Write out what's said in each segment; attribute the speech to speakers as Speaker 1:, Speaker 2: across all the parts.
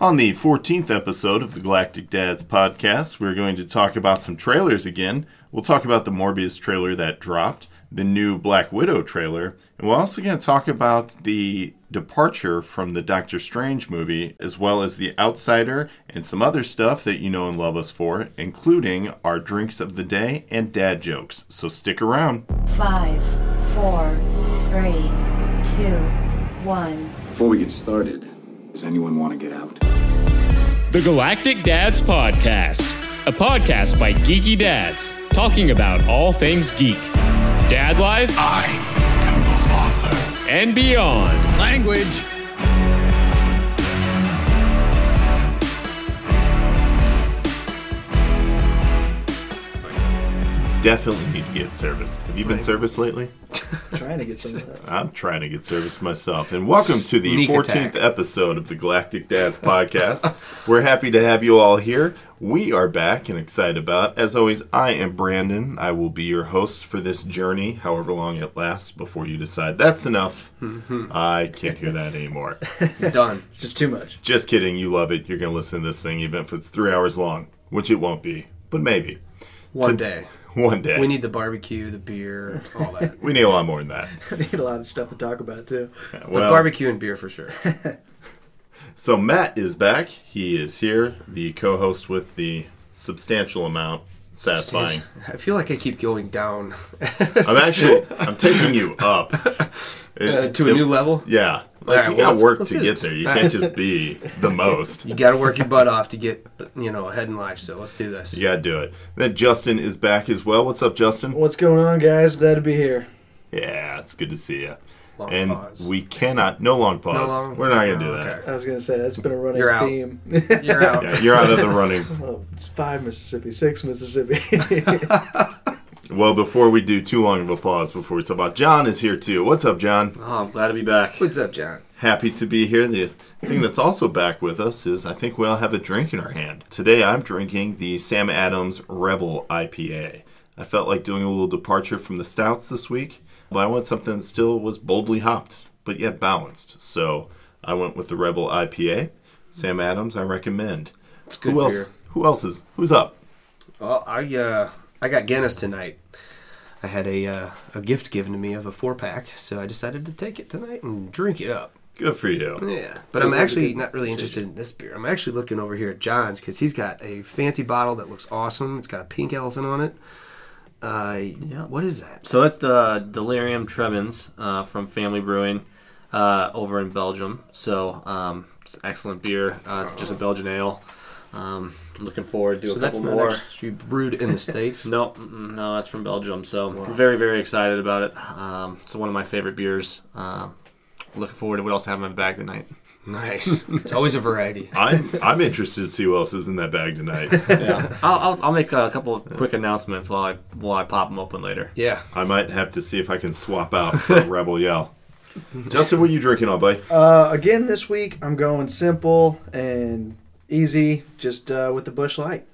Speaker 1: On the 14th episode of the Galactic Dads podcast, we're going to talk about some trailers again. We'll talk about the Morbius trailer that dropped, the new Black Widow trailer, and we're also going to talk about the departure from the Doctor Strange movie, as well as The Outsider and some other stuff that you know and love us for, including our drinks of the day and dad jokes. So stick around.
Speaker 2: Five, four, three, two, one.
Speaker 3: Before we get started, does anyone want to get out?
Speaker 4: The Galactic Dads Podcast, a podcast by geeky dads talking about all things geek, dad life, I am the father, and beyond.
Speaker 5: Language.
Speaker 1: Definitely need to get serviced. Have you been serviced lately?
Speaker 6: trying to get some uh, of that.
Speaker 1: I'm trying to get service myself. And welcome to the
Speaker 5: Sneak
Speaker 1: 14th
Speaker 5: attack.
Speaker 1: episode of the Galactic Dads podcast. We're happy to have you all here. We are back and excited about. it. As always, I am Brandon. I will be your host for this journey, however long it lasts before you decide that's enough.
Speaker 5: Mm-hmm.
Speaker 1: I can't hear that anymore.
Speaker 5: Done.
Speaker 6: It's just too much.
Speaker 1: Just kidding. You love it. You're going to listen to this thing even if it's 3 hours long, which it won't be, but maybe
Speaker 5: One day.
Speaker 1: one day.
Speaker 5: We need the barbecue, the beer, all that.
Speaker 1: we need a lot more than that.
Speaker 6: I need a lot of stuff to talk about too.
Speaker 1: Well-
Speaker 5: but barbecue and beer for sure.
Speaker 1: So Matt is back. He is here, the co-host with the substantial amount. Satisfying.
Speaker 5: I feel like I keep going down
Speaker 1: I'm actually. I'm taking you up
Speaker 5: uh, to a new level.
Speaker 1: Yeah,
Speaker 5: All
Speaker 1: like
Speaker 5: right,
Speaker 1: you got
Speaker 5: well,
Speaker 1: to
Speaker 5: let's-
Speaker 1: work
Speaker 5: let's
Speaker 1: to
Speaker 5: do
Speaker 1: get
Speaker 5: this.
Speaker 1: there. You can't just be the most.
Speaker 5: You got to work your butt off to get, you know, ahead in life. So let's do this.
Speaker 1: You got to do it. Then Justin is back as well. What's up, Justin?
Speaker 6: What's going on, guys? Glad to be here.
Speaker 1: Yeah, it's good to see you.
Speaker 5: Long
Speaker 1: and
Speaker 5: pause.
Speaker 1: we cannot. No long pause.
Speaker 5: long-
Speaker 1: We're not gonna do
Speaker 5: Oh,
Speaker 1: that.
Speaker 6: I was gonna say that's been a running
Speaker 5: You're out.
Speaker 6: theme.
Speaker 5: You're out.
Speaker 1: Yeah, you're out of the running.
Speaker 6: well, it's five Mississippi, six Mississippi.
Speaker 1: Well, before we do too long of a pause, before we talk about John is here too. What's up, John?
Speaker 7: Oh, I'm glad to be back.
Speaker 5: What's up, John?
Speaker 1: Happy to be here. The thing that's also back with us is I think we all have a drink in our hand. Today I'm drinking the Sam Adams Rebel IPA. I felt like doing a little departure from the stouts this week, but I wanted something that still was boldly hopped, but yet balanced. So I went with the Rebel IPA. Sam Adams, I recommend. It's
Speaker 5: good
Speaker 1: who else,
Speaker 5: beer.
Speaker 1: Who else is who's up?
Speaker 5: Well, I uh, I got Guinness tonight. I had a uh, a gift given to me of a four pack, so I decided to take it tonight and drink it up.
Speaker 1: Good for you.
Speaker 5: Yeah, but I'm actually not really interested in this beer. I'm actually looking over here at John's because he's got a fancy bottle that looks awesome. It's got a pink elephant on it. Uh, What is that?
Speaker 7: So that's the Delirium Tremens uh, from Family Brewing uh, over in Belgium. So um, it's excellent beer. Uh, it's just a Belgian ale. Um, I'm looking forward to
Speaker 5: So
Speaker 7: a
Speaker 5: that's
Speaker 7: couple
Speaker 5: not
Speaker 7: more.
Speaker 5: actually brewed in the states.
Speaker 7: No, mm, no, that's from Belgium. So very, very excited about it. Um, it's one of my favorite beers. Um, looking forward to what else I have in my bag tonight.
Speaker 5: Nice. It's always a variety.
Speaker 1: I'm I'm interested to see who else is in that bag tonight.
Speaker 7: Yeah, I'll, I'll, I'll make a couple of quick announcements while I while I pop them open later.
Speaker 5: Yeah.
Speaker 1: I might have to see if I can swap out for a Rebel Yell. Justin, what are you drinking on, buddy?
Speaker 6: uh, again this week, I'm going simple and easy, just uh, with the bush light.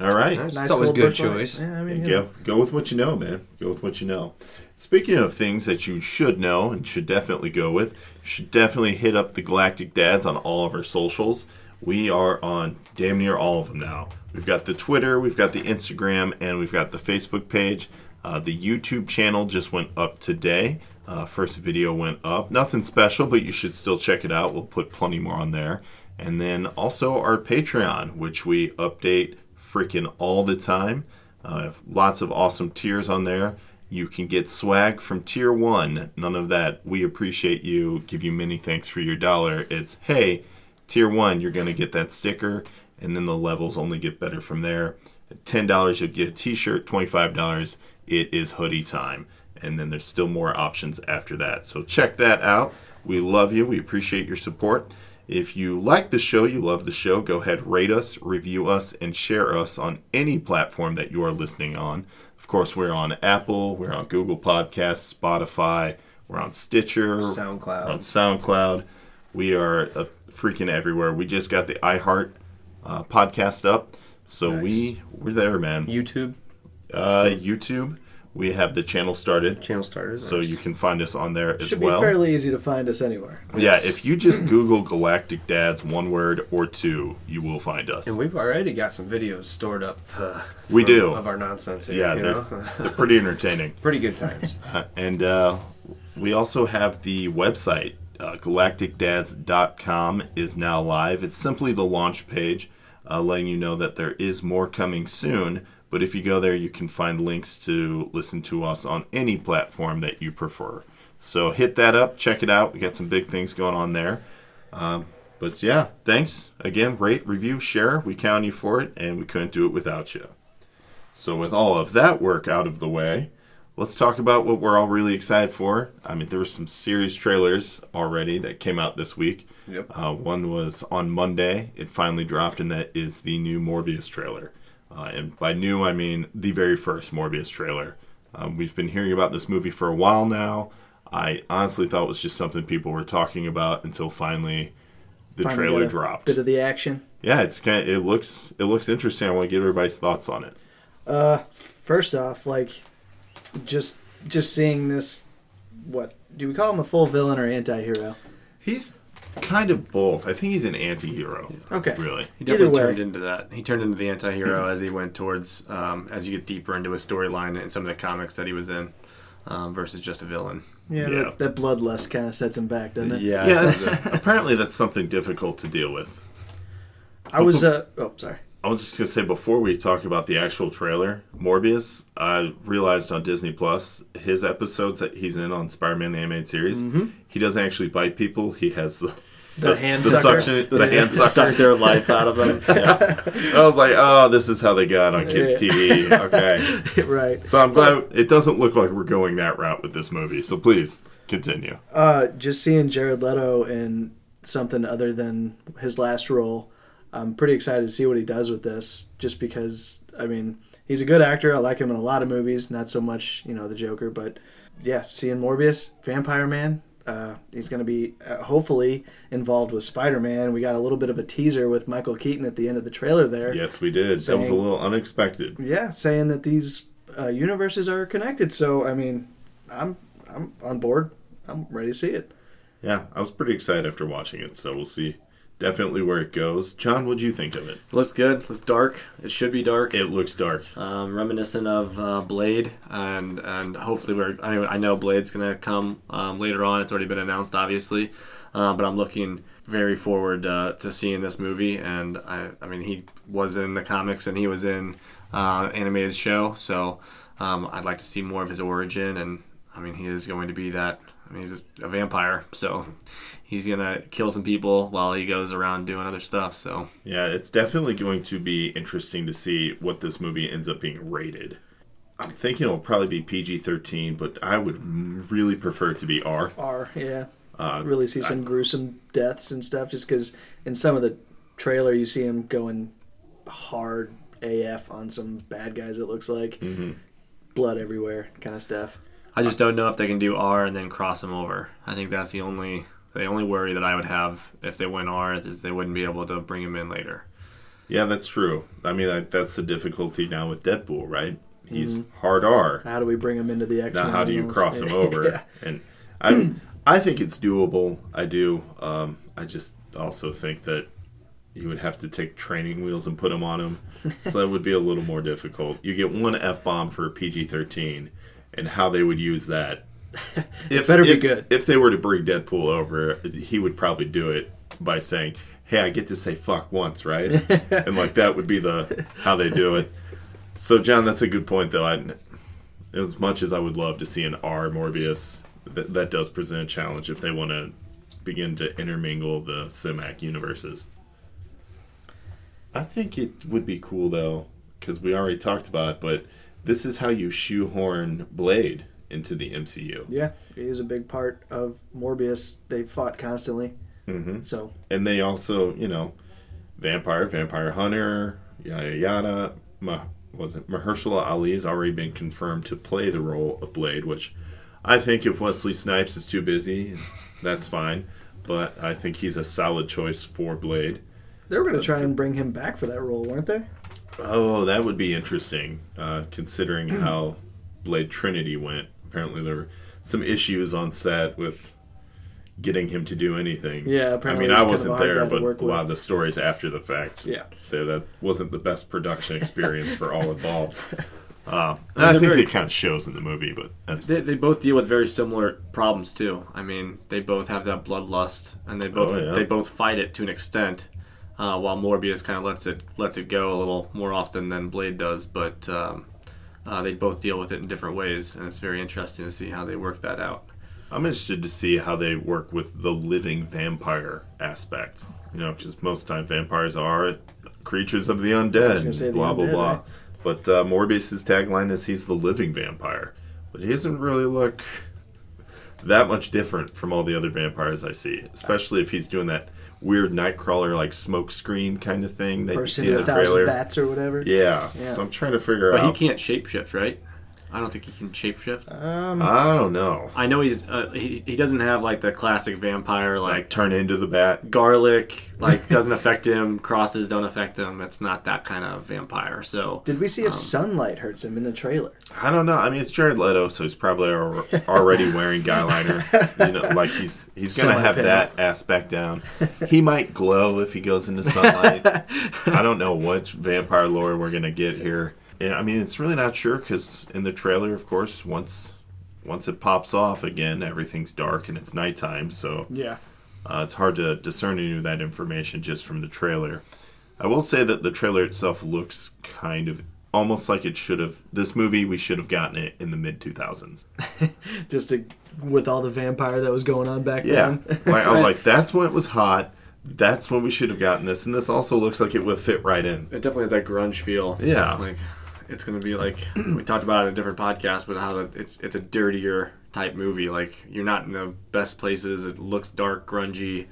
Speaker 1: All right.
Speaker 5: Nice. It's always
Speaker 6: cold
Speaker 5: good
Speaker 6: Busch Light.
Speaker 5: choice.
Speaker 6: Yeah, I mean, you know,
Speaker 1: Go, go with what you know, man. Go with what you know. Speaking of things that you should know and should definitely go with, you should definitely hit up the Galactic Dads on all of our socials. We are on damn near all of them now. We've got the Twitter, we've got the Instagram, and we've got the Facebook page. Uh, the YouTube channel just went up today. Uh, first video went up. Nothing special, but you should still check it out. We'll put plenty more on there. And then also our Patreon, which we update freaking all the time. Uh, lots of awesome tiers on there. You can get swag from tier one. None of that. We appreciate you. Give you many thanks for your dollar. It's hey, tier one, you're gonna get that sticker, and then the levels only get better from there. At Ten dollars, you'll get a T-shirt. Twenty-five dollars, it is hoodie time, and then there's still more options after that. So check that out. We love you. We appreciate your support. If you like the show, you love the show, go ahead, rate us, review us, and share us on any platform that you are listening on. Of course, we're on Apple, we're on Google Podcasts, Spotify, we're on Stitcher,
Speaker 5: SoundCloud.
Speaker 1: on SoundCloud. We are uh, freaking everywhere. We just got the iHeart uh, podcast up, so we we're there, man.
Speaker 5: YouTube.
Speaker 1: Uh, YouTube. we have the channel started.
Speaker 5: Channel starters.
Speaker 1: So you can find us on there as
Speaker 6: Should be
Speaker 1: well.
Speaker 6: fairly easy to find us anywhere.
Speaker 1: yeah, if you just Google Galactic Dads one word or two, you will find us.
Speaker 5: And we've already got some videos stored up. Uh,
Speaker 1: We
Speaker 5: from-
Speaker 1: do.
Speaker 5: of our nonsense here.
Speaker 1: yeah,
Speaker 5: you
Speaker 1: they're,
Speaker 5: know,
Speaker 1: they're pretty entertaining.
Speaker 5: pretty good times.
Speaker 1: And uh, we also have the website, uh, galacticdads.com, is now live. It's simply the launch page, uh, letting you know that there is more coming soon. But if you go there, you can find links to listen to us on any platform that you prefer. So hit that up, check it out. We got some big things going on there. Um, but yeah, thanks again. Rate, review, share. We count you for it, and we couldn't do it without you. So, with all of that work out of the way, let's talk about what we're all really excited for. I mean, there were some serious trailers already that came out this week.
Speaker 5: Yep.
Speaker 1: Uh, one was on Monday, it finally dropped, and that is the new Morbius trailer. Uh, and by new, I mean the very first Morbius trailer. Um, we've been hearing about this movie for a while now. I honestly thought it was just something people were talking about until finally the
Speaker 6: Finally
Speaker 1: trailer
Speaker 6: got a
Speaker 1: dropped.
Speaker 6: Bit of the action.
Speaker 1: yeah, it's kind. it looks it looks interesting. I want to get everybody's thoughts on it.
Speaker 6: First off, like, just just seeing this. What do we call him? A full villain or anti-hero?
Speaker 1: He's kind of both. I think he's an anti-hero.
Speaker 6: Okay.
Speaker 1: Really.
Speaker 7: He
Speaker 6: Either
Speaker 7: definitely
Speaker 6: way.
Speaker 7: turned into that. He turned into the anti-hero as he went towards, um, as you get deeper into his storyline and some of the comics that he was in, um, versus just a villain.
Speaker 1: Yeah.
Speaker 6: Yeah. That, that bloodlust kind of sets him back, doesn't it?
Speaker 7: Yeah,
Speaker 1: Yeah,
Speaker 7: it
Speaker 1: that's,
Speaker 7: does it.
Speaker 1: apparently that's something difficult to deal with.
Speaker 6: I was. Uh, oh, sorry.
Speaker 1: I was just gonna say before we talk about the actual trailer, Morbius. I realized on Disney Plus his episodes that he's in on Spider-Man the animated series. He doesn't actually bite people. He has the
Speaker 6: The Mm-hmm. hand sucker.
Speaker 1: suction, the hand
Speaker 7: Suck
Speaker 1: sucker.
Speaker 7: their life out of them.
Speaker 1: I was like, oh, this is how they got on kids' TV. Okay,
Speaker 6: right.
Speaker 1: so I'm glad it doesn't look like we're going that route with this movie. So please continue.
Speaker 6: Uh, just seeing Jared Leto in something other than his last role, I'm pretty excited to see what he does with this. Just because, I mean, he's a good actor. I like him in a lot of movies. Not so much, you know, the Joker, but yeah, seeing Morbius, Vampire Man. Uh, he's going to be uh, hopefully involved with Spider-Man. We got a little bit of a teaser with Michael Keaton at the end of the trailer there.
Speaker 1: Yes, we did. That was a
Speaker 6: Saying-
Speaker 1: little unexpected.
Speaker 6: yeah, saying that these uh, universes are connected. So I mean, I'm I'm on board. I'm ready to see it.
Speaker 1: Yeah, I was pretty excited after watching it, so we'll see definitely where it goes. John, what'd you think of it?
Speaker 7: Looks good. Looks dark. It should be dark.
Speaker 1: It looks dark.
Speaker 7: um, reminiscent of uh, Blade, and and hopefully we're. I, mean, I know Blade's gonna come um, later on. It's already been announced, obviously, uh, but I'm looking very forward uh, to seeing this movie. And I, I mean, he was in the comics and he was in uh, animated show, so um, I'd like to see more of his origin. And I mean, he is going to be that. I mean, he's a, a vampire, so he's gonna kill some people while he goes around doing other stuff. So
Speaker 1: Yeah, it's definitely going to be interesting to see what this movie ends up being rated. I'm thinking it'll probably be PG 13, but I would really prefer it to be R.
Speaker 6: Are yeah,
Speaker 1: Uh,
Speaker 6: really see some gruesome deaths and stuff. Just because in some of the trailer you see him going hard AF on some bad guys. It looks like
Speaker 1: Mm-hmm.
Speaker 6: blood everywhere, kind of stuff.
Speaker 7: I just don't know if they can do R and then cross them over. I think that's the only the only worry that I would have if they went R is they wouldn't be able to bring him in later.
Speaker 1: Yeah, that's true. I mean, that- that's the difficulty now with Deadpool, right? He's hard R.
Speaker 6: How do we bring him into the X?
Speaker 1: now how do you cross them over
Speaker 6: yeah.
Speaker 1: and i i think it's doable i do um i just also think that you would have to take training wheels and put them on him so that would be a little more difficult you get one f-bomb for pg-13 and how they would use that if,
Speaker 6: better be
Speaker 1: if-
Speaker 6: good.
Speaker 1: if they were to bring deadpool over he would probably do it by saying hey i get to say fuck once right and like that would be the how they do it so john that's a good point though i as much as I would love to see an R Morbius, that, that does present a challenge if they want to begin to intermingle the Simac universes. I think it would be cool though, because we already talked about it, but this is how you shoehorn Blade into the MCU.
Speaker 6: Yeah, he is a big part of Morbius. They fought constantly, mm-hmm. so
Speaker 1: And they also, you know, Vampire, Vampire Hunter, yada yada. Ma, was it Mahershala Ali has already been confirmed to play the role of Blade, which I think if Wesley Snipes is too busy, that's fine. But I think he's a solid choice for Blade.
Speaker 6: they were going to try and bring him back for that role, weren't they? Mm.
Speaker 1: Oh, that would be interesting, uh, considering how Blade Trinity went. Apparently, there were some issues on set with getting him to do anything.
Speaker 6: Yeah, apparently
Speaker 1: I mean,
Speaker 6: he's
Speaker 1: I
Speaker 6: kind of a
Speaker 1: wasn't
Speaker 6: hard guy
Speaker 1: there,
Speaker 6: to
Speaker 1: but a
Speaker 6: work with.
Speaker 1: lot of the stories after the fact
Speaker 6: Yeah.
Speaker 1: say that wasn't the best production experience for all involved. Uh, and I think
Speaker 7: very-
Speaker 1: it kind of shows in the movie, but that's
Speaker 7: They, they both deal with very similar problems too. I mean, they both have that bloodlust, and they both
Speaker 1: yeah.
Speaker 7: they both fight it to an extent. Uh, while Morbius kind of lets it lets it go a little more often than Blade does, but um, uh, they both deal with it in different ways, and it's very interesting to see how they work that out.
Speaker 1: I'm interested to see how they work with the living vampire aspect. You know, because most time vampires are creatures of the undead,
Speaker 6: gonna say the
Speaker 1: blah blah
Speaker 6: undead,
Speaker 1: blah.
Speaker 6: right?
Speaker 1: But uh, Morbius's tagline is he's the living vampire, but he doesn't really look that much different from all the other vampires I see. Especially if he's doing that weird nightcrawler like smoke screen kind of thing that you
Speaker 6: burst
Speaker 1: see
Speaker 6: into
Speaker 1: in
Speaker 6: a
Speaker 1: the
Speaker 6: thousand
Speaker 1: trailer.
Speaker 6: bats or whatever.
Speaker 1: Yeah.
Speaker 6: Yeah.
Speaker 1: so I'm trying to figure
Speaker 7: But
Speaker 1: out.
Speaker 7: he can't shapeshift, right? I don't think he can shapeshift.
Speaker 1: I don't know.
Speaker 7: I know he's uh, he, he doesn't have like the classic vampire like
Speaker 1: Like turn into the bat.
Speaker 7: garlic like doesn't affect him crosses don't affect him it's not that kind of vampire so
Speaker 6: Did we see if
Speaker 1: Um,
Speaker 6: sunlight hurts him in the trailer?
Speaker 1: I don't know. I mean, it's Jared Leto, so he's probably al- already wearing guy liner. You know, like he's he's gonna
Speaker 6: Somewhat
Speaker 1: have that aspect down. He might glow if he goes into sunlight. I don't know what vampire lore we're gonna get here. Yeah, I mean, it's really not sure because in the trailer, of course, once once it pops off again, everything's dark and it's nighttime, so
Speaker 6: Yeah.
Speaker 1: uh, it's hard to discern any of that information just from the trailer. I will say that the trailer itself looks kind of almost like it should have. This movie, we should have gotten it in the mid 2000s.
Speaker 6: Just to, with all the vampire that was going on back
Speaker 1: Yeah.
Speaker 6: then.
Speaker 1: like, I was like, that's when it was hot. That's when we should have gotten this. And this also looks like it would fit right in.
Speaker 7: it definitely has that grunge feel
Speaker 1: Yeah.
Speaker 7: like it's gonna be like we talked about it in a different podcast but how that it's it's a dirtier type movie like you're not in the best places it looks dark grungy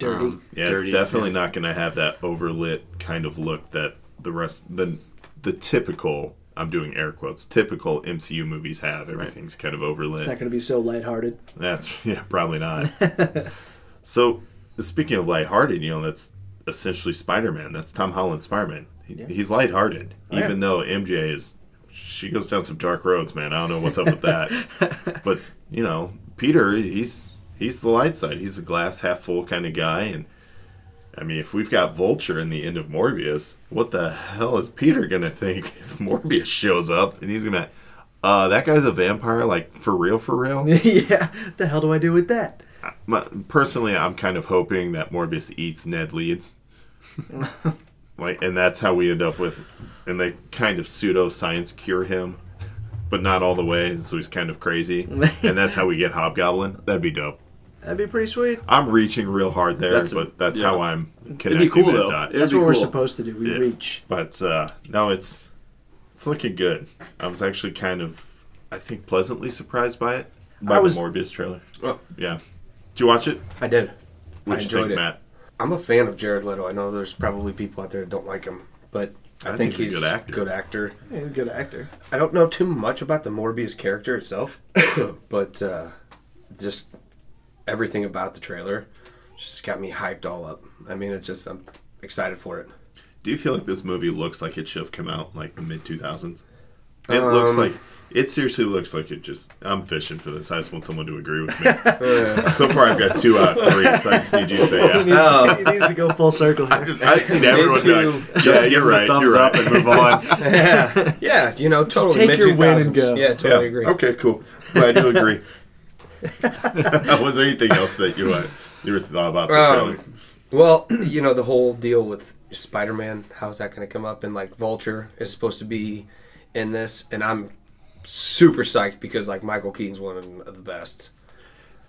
Speaker 6: Dirty.
Speaker 7: um,
Speaker 1: Yeah,
Speaker 7: dirty.
Speaker 1: it's definitely not going to have that overlit kind of look that the rest, the, the typical, I'm doing air quotes, typical MCU movies have. Everything's kind of overlit.
Speaker 6: It's not going to be so lighthearted.
Speaker 1: That's yeah, probably not. so speaking of lighthearted, you know, that's essentially Spider Man. That's Tom Holland's Spider Man. He, He's lighthearted,
Speaker 6: yeah.
Speaker 1: even though MJ is she goes down some dark roads, man. I don't know what's up with that. but, you know, Peter he's he's the light side. He's a glass half full kind of guy and I mean, if we've got Vulture in the end of Morbius, what the hell is Peter gonna think if Morbius shows up and he's gonna, uh, that guy's a vampire, like for real, for real?
Speaker 6: yeah. What the hell do I do with that?
Speaker 1: My, personally, I'm kind of hoping that Morbius eats Ned Leeds, like, and that's how we end up with, and they kind of pseudoscience cure him, but not all the way, and so he's kind of crazy, and that's how we get Hobgoblin. That'd be dope.
Speaker 6: That'd be pretty sweet.
Speaker 1: I'm reaching real hard there,
Speaker 7: That's-
Speaker 1: but that's
Speaker 7: yeah.
Speaker 1: how I'm connecting
Speaker 7: it'd be cool
Speaker 1: that
Speaker 7: though
Speaker 1: dot.
Speaker 7: It'd
Speaker 6: That's
Speaker 7: be
Speaker 6: what we're
Speaker 7: cool.
Speaker 6: supposed to do. We
Speaker 1: Yeah.
Speaker 6: reach.
Speaker 1: But uh, no, it's it's looking good. I was actually kind of, I think, pleasantly surprised by it. By
Speaker 6: I was-
Speaker 1: the Morbius trailer.
Speaker 5: Oh.
Speaker 1: Yeah. Did you watch it?
Speaker 5: I did.
Speaker 1: What
Speaker 5: I
Speaker 1: you
Speaker 5: enjoyed
Speaker 1: think,
Speaker 5: it.
Speaker 1: Matt?
Speaker 5: I'm a fan of Jared Leto. I know there's probably people out there that don't like him, but I,
Speaker 1: I
Speaker 5: think,
Speaker 1: think he's a
Speaker 5: he's
Speaker 1: good actor.
Speaker 5: Good actor.
Speaker 6: Yeah, good actor.
Speaker 5: I don't know too much about the Morbius character itself, but uh, just everything about the trailer just got me hyped all up. I mean, it's just I'm excited for it.
Speaker 1: Do you feel like this movie looks like it should have come out in, like the mid two thousands? It looks
Speaker 5: Um,
Speaker 1: like it seriously looks like it just. I'm fishing for this. I just want someone to agree with me. so far, I've got two out of three. So I just need you to say
Speaker 6: He
Speaker 1: yeah.
Speaker 6: needs, he needs to go full circle
Speaker 1: I,
Speaker 6: here.
Speaker 1: just, I need everyone to. Be like, yeah, you're right.
Speaker 7: thumbs
Speaker 1: You're right.
Speaker 7: up and move on
Speaker 5: Yeah, you know, totally.
Speaker 6: take your win and
Speaker 5: mid-2000s.
Speaker 6: go.
Speaker 5: Yeah, totally agree.
Speaker 1: Okay, cool. Glad you agree. Was there anything else that you uh, you were thought about the
Speaker 5: Um,
Speaker 1: trailer?
Speaker 5: Well, you know the whole deal with Spider-Man. How's that going to come up? And like Vulture is supposed to be in this, and I'm super psyched because like Michael Keaton's one of the best.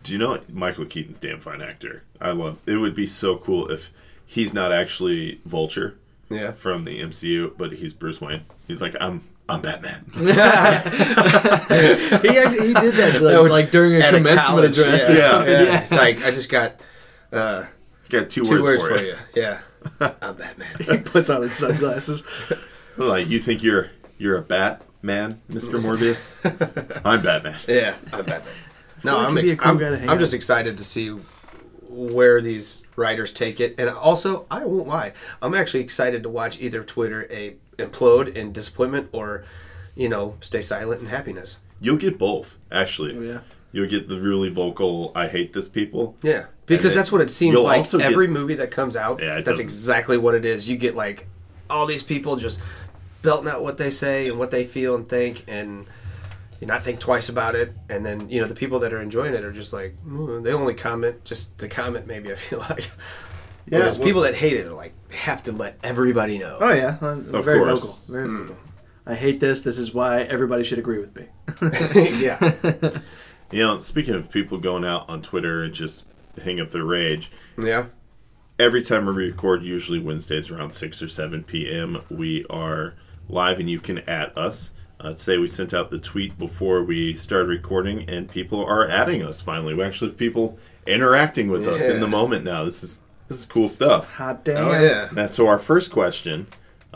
Speaker 1: Do you know what? Michael Keaton's damn fine actor? I love. It would be so cool if he's not actually Vulture
Speaker 5: Yeah.
Speaker 1: from the MCU, but he's Bruce Wayne. He's like I'm. I'm Batman.
Speaker 6: he, actually, he did that like,
Speaker 5: That would-
Speaker 6: like during a
Speaker 5: At a
Speaker 6: commencement
Speaker 5: college,
Speaker 6: address
Speaker 5: yeah,
Speaker 6: or something.
Speaker 5: yeah.
Speaker 6: Yeah.
Speaker 5: It's like I just got uh,
Speaker 1: Got two,
Speaker 5: two
Speaker 1: words, for, you.
Speaker 5: Yeah, I'm Batman.
Speaker 6: Puts on his sunglasses.
Speaker 1: Like you think you're you're a Batman, Mister Morbius? I'm Batman.
Speaker 5: Yeah, I'm Batman. No,
Speaker 6: like
Speaker 5: I'm,
Speaker 6: he'd be
Speaker 5: ex-
Speaker 6: a cool
Speaker 5: I'm,
Speaker 6: guy to hang
Speaker 5: I'm
Speaker 6: out
Speaker 5: just excited to see where these writers take it, and also I won't lie, I'm actually excited to watch either Twitter a implode in disappointment or you know, stay silent and happiness.
Speaker 1: You'll get both, actually.
Speaker 6: Yeah.
Speaker 1: You'll get the really vocal, I hate this people.
Speaker 5: Yeah, because
Speaker 1: then
Speaker 5: that's what it seems
Speaker 1: you'll
Speaker 5: like.
Speaker 1: also get-
Speaker 5: Every movie that comes out,
Speaker 1: Yeah, it
Speaker 5: that's
Speaker 1: doesn't-
Speaker 5: exactly what it is. You get like all these people just belting out what they say and what they feel and think, and you not think twice about it. And then you know the people that are enjoying it are just like "Mm," they only comment just to comment. Maybe I feel like.
Speaker 1: Yeah,
Speaker 5: Whereas
Speaker 1: well-
Speaker 5: people that hate it are like have to let everybody know.
Speaker 6: Oh yeah, I'm
Speaker 1: Of
Speaker 6: very
Speaker 1: course. Hmm.
Speaker 6: vocal. Very vocal. I hate this. This is why everybody should agree with me.
Speaker 5: yeah,
Speaker 1: You know, speaking of people going out on Twitter and just hang up their rage,
Speaker 5: yeah.
Speaker 1: every time we record, usually Wednesdays around 6 or 7 p.m., we are live and you can at us. Uh, today we sent out the tweet before we started recording, and people are adding us finally. We actually have people interacting with us in the
Speaker 5: Yeah.
Speaker 1: moment now. This is this is cool stuff.
Speaker 6: Hot damn.
Speaker 5: Oh, yeah.
Speaker 1: Now, Uh, so our first question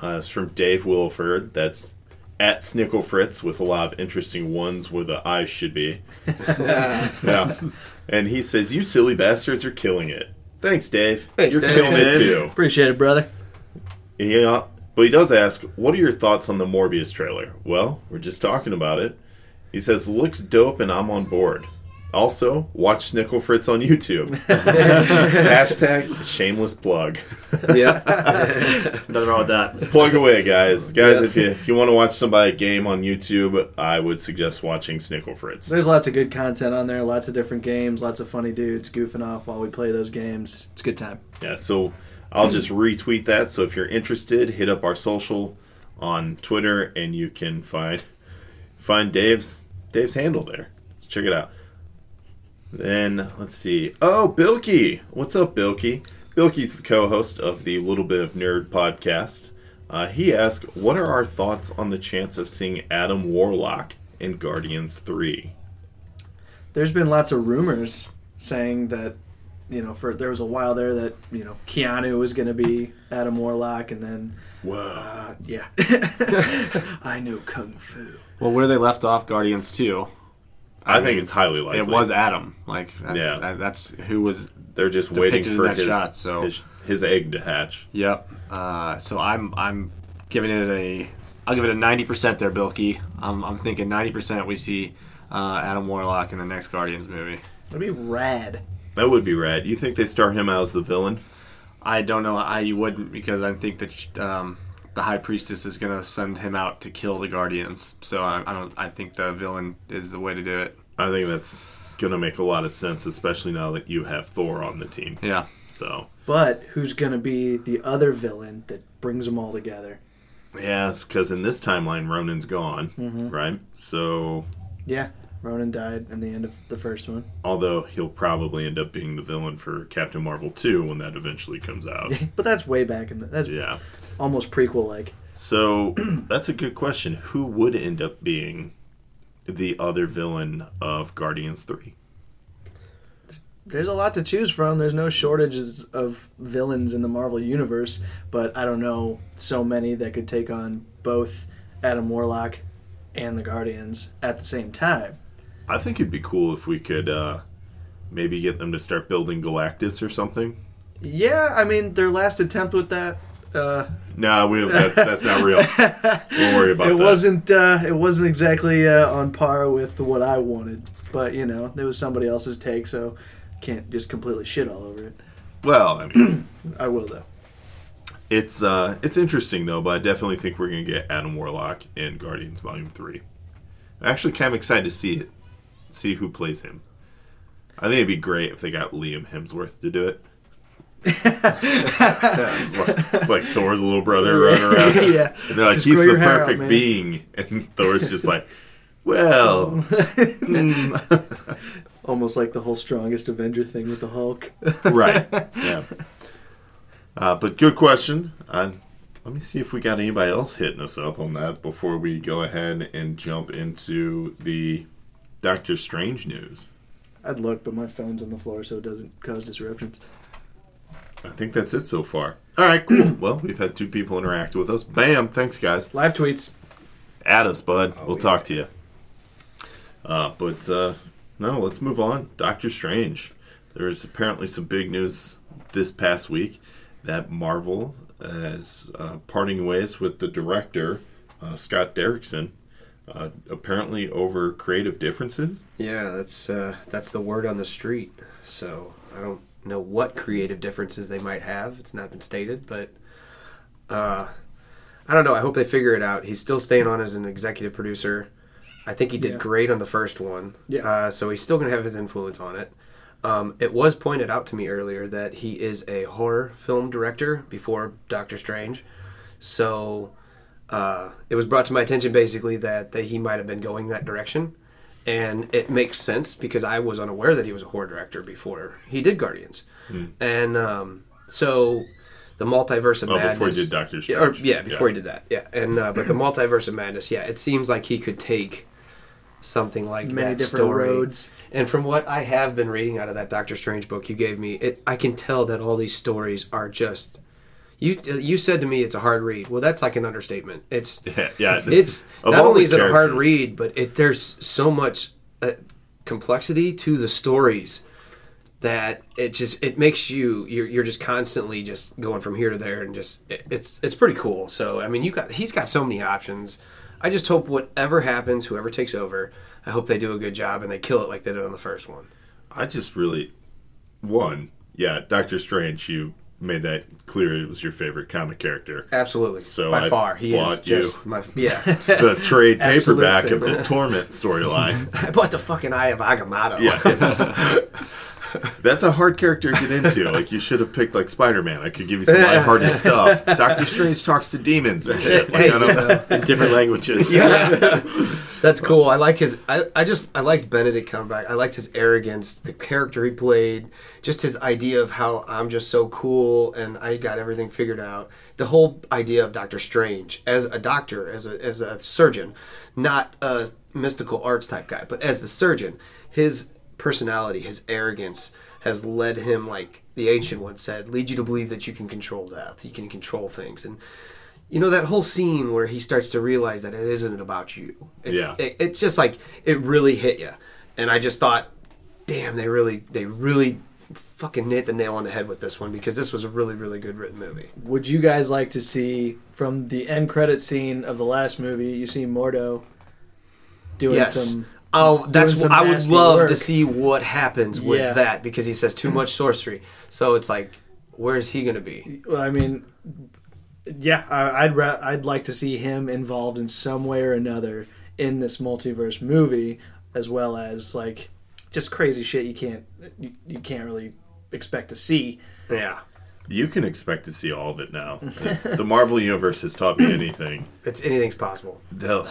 Speaker 1: uh, is from Dave Wilford. That's at Snickle Fritz with a lot of interesting ones where the eyes should be. yeah. And he says, You silly bastards are killing it. Thanks, Dave.
Speaker 5: Thanks,
Speaker 1: You're
Speaker 5: Dave.
Speaker 1: killing it
Speaker 7: Dave.
Speaker 1: too.
Speaker 6: Appreciate it, brother.
Speaker 1: Yeah. But he does ask, What are your thoughts on the Morbius trailer? Well, we're just talking about it. He says, Looks dope and I'm on board. Also, watch Snickle Fritz on YouTube. Hashtag shameless plug.
Speaker 5: Yeah,
Speaker 7: Nothing wrong with that.
Speaker 1: plug away, guys. Guys, if you if you want to watch somebody game on YouTube, I would suggest watching Snickle Fritz.
Speaker 6: There's lots of good content on there. Lots of different games. Lots of funny dudes goofing off while we play those games. It's a good time.
Speaker 1: Yeah, so I'll just retweet that. So if you're interested, hit up our social on Twitter, and you can find find Dave's Dave's handle there. Check it out. Then let's see. Oh, Bilky, what's up, Bilky? Bilky's the co-host of the Little Bit of Nerd podcast. Uh, he asked, "What are our thoughts on the chance of seeing Adam Warlock in Guardians 3?
Speaker 6: There's been lots of rumors saying that, you know, for there was a while there that you know Keanu was going to be Adam Warlock, and then
Speaker 1: Whoa!
Speaker 6: uh, yeah, I know kung fu.
Speaker 7: Well, where they left off Guardians 2,
Speaker 1: I think it's highly likely.
Speaker 7: it was Adam. Like, that-
Speaker 1: Yeah.
Speaker 7: that- that's who was
Speaker 1: They're just
Speaker 7: depicted
Speaker 1: waiting
Speaker 7: in
Speaker 1: for
Speaker 7: that
Speaker 1: his,
Speaker 7: shot, so-
Speaker 1: his his egg to hatch.
Speaker 7: Yep. Uh, so I'm I'm giving it a I'll give it a ninety percent there, Bilky. I'm I'm thinking ninety percent we see uh, Adam Warlock in the next Guardians movie.
Speaker 6: That'd be rad.
Speaker 1: That would be rad. You think they star him out as the villain?
Speaker 7: I don't know. I you wouldn't because I think that um, the High Priestess is gonna send him out to kill the Guardians. So I, I don't. I think the villain is the way to do it.
Speaker 1: I think that's gonna make a lot of sense, especially now that you have Thor on the team.
Speaker 7: Yeah.
Speaker 1: So
Speaker 6: But who's going to be the other villain that brings them all together?
Speaker 1: yeah, because in this timeline, Ronan's gone, right? So
Speaker 6: Yeah, Ronan died in the end of the first one.
Speaker 1: although he'll probably end up being the villain for Captain Marvel two when that eventually comes out.
Speaker 6: But that's way back in the. That's
Speaker 1: yeah.
Speaker 6: almost prequel like.
Speaker 1: So that's a good question. Who would end up being the other villain of Guardians three?
Speaker 6: There's a lot to choose from. There's no shortages of villains in the Marvel universe, but I don't know so many that could take on both Adam Warlock and the Guardians at the same time.
Speaker 1: I think it'd be cool if we could uh, maybe get them to start building Galactus or something.
Speaker 6: Yeah, I mean their last attempt with that uh,
Speaker 1: No, we, that, that's not real. Don't worry about
Speaker 6: it
Speaker 1: that.
Speaker 6: wasn't uh, it wasn't exactly uh, on par with what I wanted, but you know, it was somebody else's take, so can't just completely shit all over it.
Speaker 1: Well, I mean,
Speaker 6: I will though.
Speaker 1: it's uh, it's interesting though, but I definitely think we're gonna get Adam Warlock in Guardians Volume Three. I'm actually kind of excited to see it, see who plays him. I think it'd be great if they got Liam Hemsworth to do it. like, like Thor's little brother running around.
Speaker 6: Yeah.
Speaker 1: And they're like,
Speaker 6: Just
Speaker 1: he's
Speaker 6: grow
Speaker 1: the
Speaker 6: your hair out,
Speaker 1: perfect
Speaker 6: man."
Speaker 1: being. And Thor's just like, well, hmm,
Speaker 6: Almost like the whole strongest Avenger thing with the Hulk.
Speaker 1: right. Yeah. Uh, but good question. Uh, let me see if we got anybody else hitting us up on that before we go ahead and jump into the Doctor Strange news.
Speaker 6: I'd look, but my phone's on the floor, so it doesn't cause disruptions.
Speaker 1: I think that's it so far. All right, cool. well, we've had two people interact with us. Bam. Thanks, guys.
Speaker 6: Live tweets.
Speaker 1: Add us, bud.
Speaker 6: Oh,
Speaker 1: we'll talk to you. Uh, but uh, no, let's move on. Doctor Strange. There is apparently some big news this past week that Marvel is uh, parting ways with the director, uh, Scott Derrickson. uh, apparently over creative differences.
Speaker 5: Yeah, that's uh, that's the word on the street. So I don't know what creative differences they might have. It's not been stated, but uh, I don't know. I hope they figure it out. He's still staying on as an executive producer. I think he did
Speaker 6: Yeah.
Speaker 5: great on the first one.
Speaker 6: Yeah.
Speaker 5: Uh, so he's still going to have his influence on it. Um, it was pointed out to me earlier that he is a horror film director before Doctor Strange. So uh, it was brought to my attention basically that, that he might have been going that direction. And it makes sense because I was unaware that he was a horror director before he did Guardians.
Speaker 1: Hmm.
Speaker 5: And um, so the multiverse of
Speaker 1: Oh,
Speaker 5: madness.
Speaker 1: before he did Doctor
Speaker 5: Yeah, or-
Speaker 1: Strange.
Speaker 5: yeah, before he did that. Yeah. And uh, but the multiverse of madness, yeah, it seems like he could take something like
Speaker 6: Many
Speaker 5: that
Speaker 6: different
Speaker 5: story.
Speaker 6: roads.
Speaker 5: And from what I have been reading out of that Doctor Strange book you gave me, it, I can tell that all these stories are just. You uh, you said to me it's a hard read. Well, that's like an understatement. It's
Speaker 1: Yeah, yeah.
Speaker 5: it's
Speaker 1: Of
Speaker 5: not
Speaker 1: all
Speaker 5: only
Speaker 1: the
Speaker 5: is it a hard
Speaker 1: characters-
Speaker 5: read, but it there's so much uh, complexity to the stories that it just it makes you you're, you're just constantly just going from here to there and just it, it's it's pretty cool. So I mean, you got he's got so many options. I just hope whatever happens, whoever takes over, I hope they do a good job and they kill it like they did on the first one.
Speaker 1: I just really one. Yeah, Doctor Strange. You made that clear. It was your favorite comic character.
Speaker 5: Absolutely,
Speaker 1: So
Speaker 5: by
Speaker 1: I
Speaker 5: far he is
Speaker 1: blocked you.
Speaker 5: just my yeah.
Speaker 1: The trade
Speaker 6: Absolute
Speaker 1: paperback of the
Speaker 6: favorite.
Speaker 1: Torment storyline.
Speaker 5: I bought the fucking Eye of Agamotto.
Speaker 1: Yeah, it's, that's a hard character to get into. Like you should have picked like Spider Man. I could give you some lighthearted stuff. Doctor Strange talks to demons and shit. Like, I don't know.
Speaker 7: in different languages.
Speaker 5: That's cool. I like his. I, I just I liked Benedict Cumberbatch. I liked his arrogance, the character he played, just his idea of how I'm just so cool and I got everything figured out. The whole idea of Doctor Strange as a doctor, as a as a surgeon, not a mystical arts type guy, but as the surgeon, his personality, his arrogance has led him, like the ancient one said, lead you to believe that you can control death, you can control things, and you know that whole scene where he starts to realize that it isn't about you. It's,
Speaker 1: Yeah.
Speaker 5: it- it's just like it really hit you, and I just thought, damn, they really, they really fucking hit the nail on the head with this one because this was a really, really good written movie.
Speaker 6: Would you guys like to see from the end credit scene of the last movie? You see Mordo doing
Speaker 5: yes.
Speaker 6: some.
Speaker 5: Oh, that's
Speaker 6: some
Speaker 5: I would
Speaker 6: nasty
Speaker 5: love to
Speaker 6: work.
Speaker 5: see what happens with
Speaker 6: Yeah.
Speaker 5: that because he says too much sorcery. So it's like, where is he going to be?
Speaker 6: Well, I mean, yeah, I, I'd ra- I'd like to see him involved in some way or another in this multiverse movie, as well as like just crazy shit you can't you, you can't really expect to see.
Speaker 5: Yeah,
Speaker 1: You can expect to see all of it now. If the Marvel universe has taught me anything.
Speaker 5: it's anything's possible.
Speaker 1: They'll,